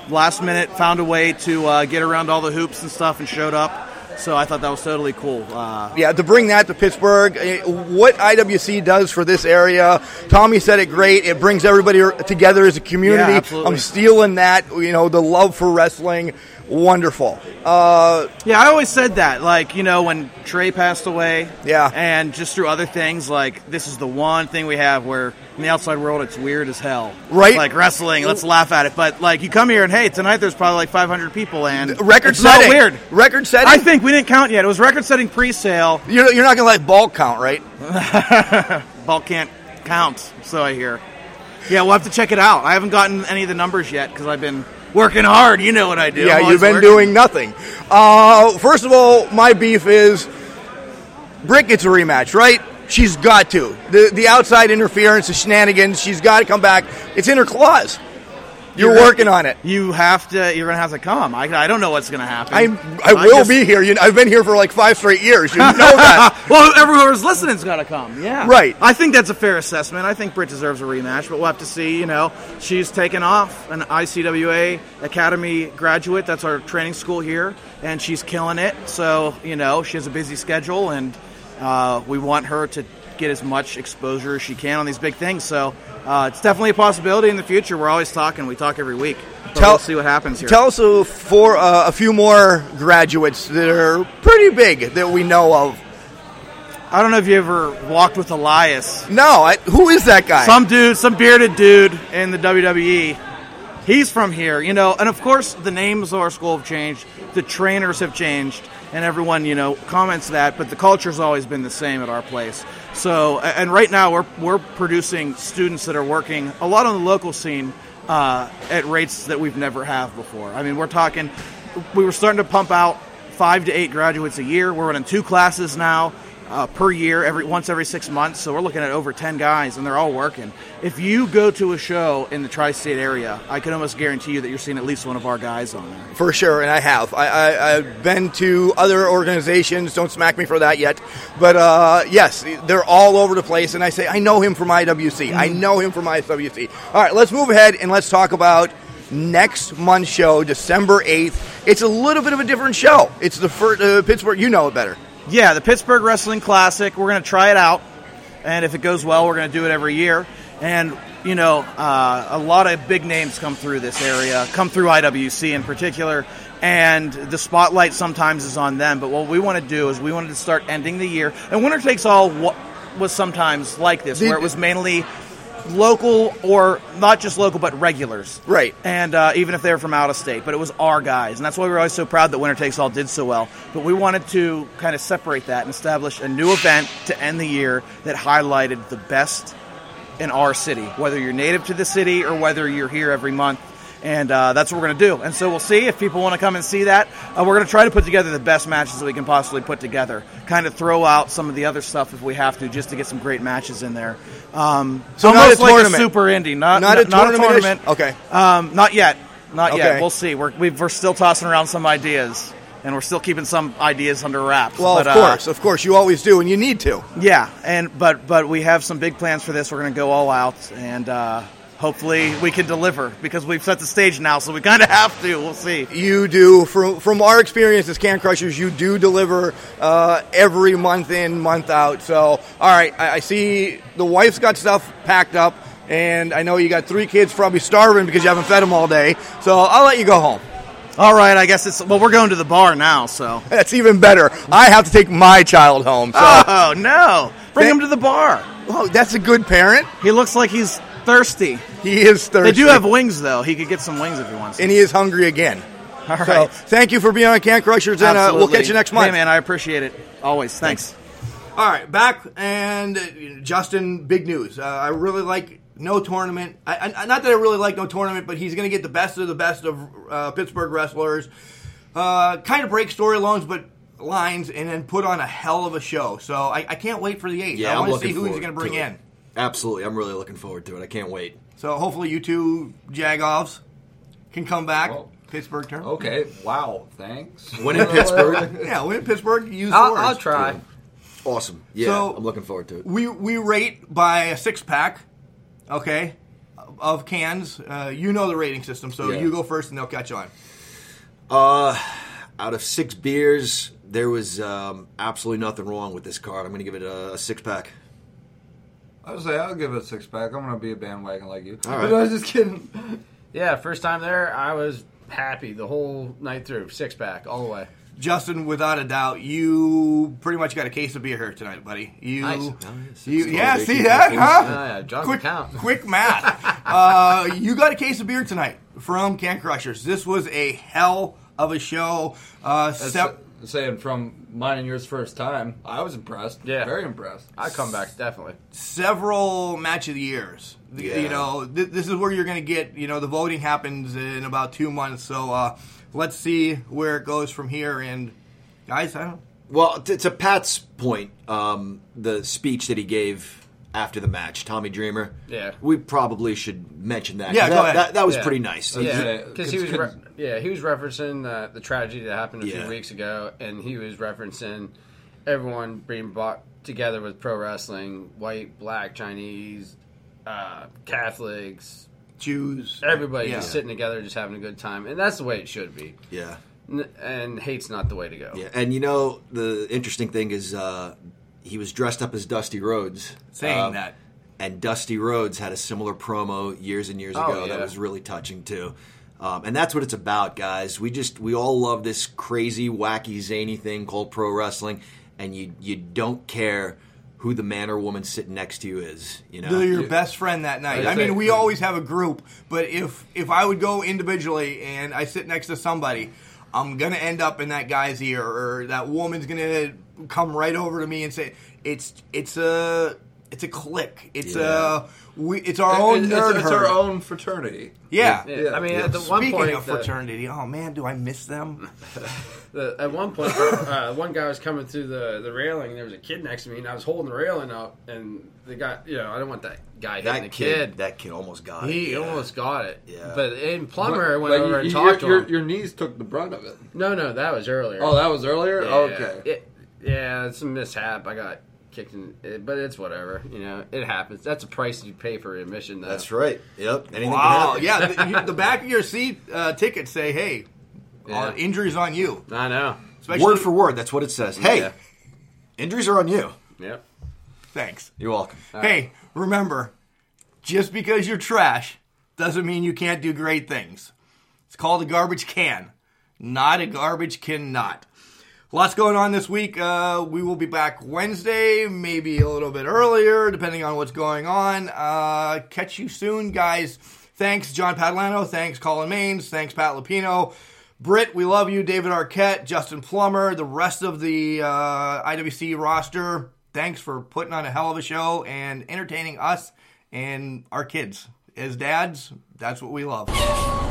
S9: Last minute, found a way to uh, get around all the hoops and stuff and showed up. So I thought that was totally cool. Uh,
S2: Yeah, to bring that to Pittsburgh, eh, what IWC does for this area, Tommy said it great. It brings everybody r- together as a community.
S9: Yeah, absolutely.
S2: I'm stealing that. You know, the love for wrestling, wonderful. Uh,
S9: yeah, I always said that. Like, you know, when Trey passed away.
S2: Yeah.
S9: And just through other things, like, this is the one thing we have where in the outside world it's weird as hell.
S2: Right.
S9: Like wrestling, let's laugh at it. But, like, you come here and, hey, tonight there's probably like 500 people and.
S2: record
S9: it's
S2: setting.
S9: not weird.
S2: Record setting.
S9: I think we didn't count yet. It was record-setting pre-sale.
S2: you're, you're not going to let ball count, right?
S9: Ball can't count, so I hear. Yeah, we'll have to check it out. I haven't gotten any of the numbers yet because I've been working hard. You know what I do. I'm
S2: Yeah,
S9: always
S2: you've been
S9: working.
S2: doing nothing. Uh, first of all, my beef is Britt gets a rematch, right? She's got to. The the outside interference, the shenanigans, she's got to come back. It's in her claws. You're
S9: You're right.
S2: working on it.
S9: You have to. You're gonna have to come. I, I don't know what's gonna happen.
S2: I I will
S9: just-
S2: be here. You, I've been here for like five straight years. You know that.
S9: well, everyone's listening's got to come. Yeah,
S2: Right.
S9: I think that's a fair assessment. I think Britt deserves a rematch, but we'll have to see. You know, she's taken off an ICWA Academy graduate. That's our training school here, and she's killing it. So you know, she has a busy schedule, and uh, we want her to get as much exposure as she can on these big things. So uh, it's definitely a possibility in the future. We're always talking. We talk every week. But
S2: Tell-
S9: we'll see what happens here.
S2: Tell us uh, for uh, a few more graduates that are pretty big that we know of.
S9: I don't know if you ever walked with Elias.
S2: No, I, who is that guy?
S9: some dude, some bearded dude in the WWE. He's from here, you know, and of course the names of our school have changed, the trainers have changed, and everyone, you know, comments that, but the culture's always been the same at our place. So, a- and right now we're we're producing students that are working a lot on the local scene uh, at rates that we've never have before. I mean, we're talking, we were starting to pump out five to eight graduates a year. We're running two classes now uh, per year, every once every six months. So we're looking at over ten guys, and they're all working. If you go to a show in the tri-state area, I can almost guarantee you that you're seeing at least one of our guys on there.
S2: For sure, and I have. I, I, I've been to other organizations. Don't smack me for that yet. But uh, yes, they're all over the place. And I say, I know him from IWC. I
S9: Mm.
S2: know him from IWC. All right, let's move ahead and let's talk about next month's show, December 8th. It's a little bit of a different show. It's the first, uh, Pittsburgh, you know it better.
S9: Yeah, the Pittsburgh Wrestling Classic. We're going to try it out, and if it goes well, we're going to do it every year. And you know, uh, a lot of big names come through this area, come through IWC in particular, and the spotlight sometimes is on them. But what we want to do is we wanted to start ending the year, and Winner Takes All wa- was sometimes like this, where it was mainly local or not just local but regulars
S2: Right.
S9: and uh, even if they were from out of state but it was our guys and that's why we were always so proud that winner takes all did so well but we wanted to kind of separate that and establish a new event to end the year that highlighted the best in our city whether you're native to the city or whether you're here every month And uh, that's what we're going to do. And so we'll see if people want to come and see that. Uh, we're going to try to put together the best matches that we can possibly put together. Kind of throw out some of the other stuff if we have to, just to get some great matches in there. Um,
S2: So not
S9: almost
S2: a
S9: like
S2: tournament.
S9: super indie, not
S2: Not a
S9: not
S2: tournament-ish?
S9: tournament.
S2: Okay.
S9: Um, not yet. Not
S2: Okay.
S9: yet. We'll see. We're we've, we're still tossing around some ideas, and we're still keeping some ideas under wraps.
S2: Well,
S9: But,
S2: of
S9: uh,
S2: course, of course, you always do, and you need to.
S9: yeah, and but but we have some big plans for this. We're going to go all out, and uh, hopefully we can deliver because we've set the stage now, so we kind of have to. We'll see.
S2: You do from from our experience as Can Crushers, you do deliver uh, every month in, month out. So, all right, I, I see the wife's got stuff packed up, and I know you got three kids probably starving because you haven't fed them all day. So I'll let you go home.
S9: All right, I guess it's well. We're going to the bar now, so.
S2: That's even better. I have to take my child home. So,
S9: Oh no! Bring him to the bar.
S2: Well, that's a good parent.
S9: He looks like he's thirsty.
S2: He is thirsty.
S9: They do have wings, though. He could get some wings if he wants.
S2: and he is hungry again.
S9: All right.
S2: So, thank you for being on Can Crushers, and uh, we'll
S9: Absolutely.
S2: catch you next month.
S9: Hey, man, I appreciate it. Always. Thanks.
S2: All right, back and uh, Justin, big news. Uh, I really like no tournament. I, I, not that I really like no tournament, but he's going to get the best of the best of uh, Pittsburgh wrestlers. Uh, kind of break storylines, but lines, and then put on a hell of a show. So I, I can't wait for the eighth.
S3: Yeah,
S2: I
S3: I'm
S2: want to
S3: looking
S2: see who he's
S3: forward
S2: going to bring
S3: to it.
S2: in.
S3: Absolutely, I'm really looking forward to it. I can't wait.
S2: So hopefully you two Jagoffs can come back.
S4: Well.
S2: Pittsburgh turn.
S4: Okay. Wow. Thanks.
S3: When in Pittsburgh,
S2: Yeah, we're in Pittsburgh. Use the
S4: I'll,
S2: words.
S4: I'll try.
S3: awesome. Yeah,
S2: So-
S3: I'm looking forward to it.
S2: We we rate by a six pack, okay, of cans. Uh, you know the rating system, so
S3: Yeah.
S2: you go first, and they'll catch on.
S3: Out of six beers, there was um, absolutely nothing wrong with this card. I'm going to give it a, a six pack.
S4: I was say I'll give it a six pack. I'm gonna be a bandwagon like you. But
S3: All right.
S4: I was just kidding.
S5: Yeah, first time there, I was happy the whole night through. Six pack, all the way.
S2: Justin, without a doubt, you pretty much got a case of beer here tonight, buddy. You,
S5: Nice. Oh,
S2: you yeah,
S3: Six.
S2: see that, huh?
S5: Uh, yeah, jog the
S2: Ah! Quick,
S5: count.
S2: quick math. uh, you got a case of beer tonight from Can Crushers. This was a hell of a show. Uh,
S4: That's
S2: sep-
S4: saying from mine and yours first time, I was impressed.
S5: Yeah.
S4: Very impressed.
S5: I come back definitely.
S2: several match of the years. Th-
S3: Yeah.
S2: You know, th- this is where you're going to get. You know, the voting happens in about two months, so uh, let's see where it goes from here. And guys, I don't.
S3: Well, to, to Pat's point, um, the speech that he gave after the match, Tommy Dreamer.
S5: Yeah.
S3: we probably should mention that.
S2: Yeah,
S3: that,
S2: go ahead.
S3: That, that was
S5: Yeah.
S3: pretty nice.
S4: Yeah.
S5: Yeah,
S4: Yeah,
S5: because he was
S4: it's
S5: re-
S4: good.
S5: yeah he was referencing the, the tragedy that happened a
S3: Yeah.
S5: few weeks ago, and he was referencing everyone being brought together with pro wrestling, white, black, Chinese, uh, Catholics,
S2: Jews.
S5: everybody
S2: Yeah.
S5: just sitting together, just having a good time, and that's the way it should be.
S3: yeah.
S5: N- and hate's not the way to go.
S3: Yeah, and you know the interesting thing is uh, he was dressed up as Dusty Rhodes,
S2: Saying
S3: Um,
S2: that.
S3: and Dusty Rhodes had a similar promo years and years
S5: Oh,
S3: ago that
S5: yeah.
S3: was really touching too. Um, and that's what it's about, guys. We just we all love this crazy, wacky, zany thing called pro wrestling, and you you don't care who the man or woman sitting next to you is. You know,
S2: They're your best friend that night.
S4: I
S2: I, mean,
S4: think-
S2: we always have a group, but if if I would go individually and I sit next to somebody, I'm gonna end up in that guy's ear, or that woman's gonna come right over to me and say, "It's it's a it's a click. It's a
S3: Yeah.
S2: we, it's our own
S4: It- it's,
S2: nerd
S4: it's our
S2: herd."
S4: own fraternity.
S2: Yeah.
S5: Yeah, I mean, at the one
S2: Speaking
S5: point,
S2: of
S5: the-
S2: fraternity, oh man, do I miss them?
S5: The, at one point, uh, one guy was coming through the, the railing. And there was a kid next to me, and I was holding the railing up. And the guy, you know, I don't want that guy hitting
S3: that
S5: the
S3: kid,
S5: kid.
S3: that kid almost got it.
S5: he
S3: yeah.
S5: almost got it.
S3: Yeah.
S5: But and Plumber went
S4: But
S5: over
S4: you-
S5: and
S4: you-
S5: talked to
S4: your,
S5: him.
S4: Your, your knees took the brunt of it.
S5: no, no, that was earlier.
S4: Oh, that was earlier.
S5: Yeah.
S4: Okay.
S5: It- yeah, it's a mishap. I got kicked in, it, but it's whatever. You know, it happens. That's a price you pay for admission. Though.
S3: That's right. Yep. Anything
S2: Wow,
S3: can happen.
S2: yeah, the, you- the back of your seat uh, tickets say, "Hey, uh,
S5: Yeah.
S2: injuries on you."
S5: I know.
S2: Especially,
S3: Word for word, that's what it says. Hey,
S5: Yeah.
S3: injuries are on you.
S5: Yep.
S2: thanks.
S3: You're welcome.
S2: Hey, remember, just because you're trash doesn't mean you can't do great things. It's called a garbage can, not a garbage can not. Lots going on this week. Uh, we will be back Wednesday, maybe a little bit earlier, depending on what's going on. Uh, catch you soon, guys. Thanks, John Padalano. Thanks, Colin Maines. Thanks, Pat Lapino. Britt, we love you. David Arquette, Justin Plummer, the rest of the uh, IWC roster. Thanks for putting on a hell of a show and entertaining us and our kids. As dads, that's what we love.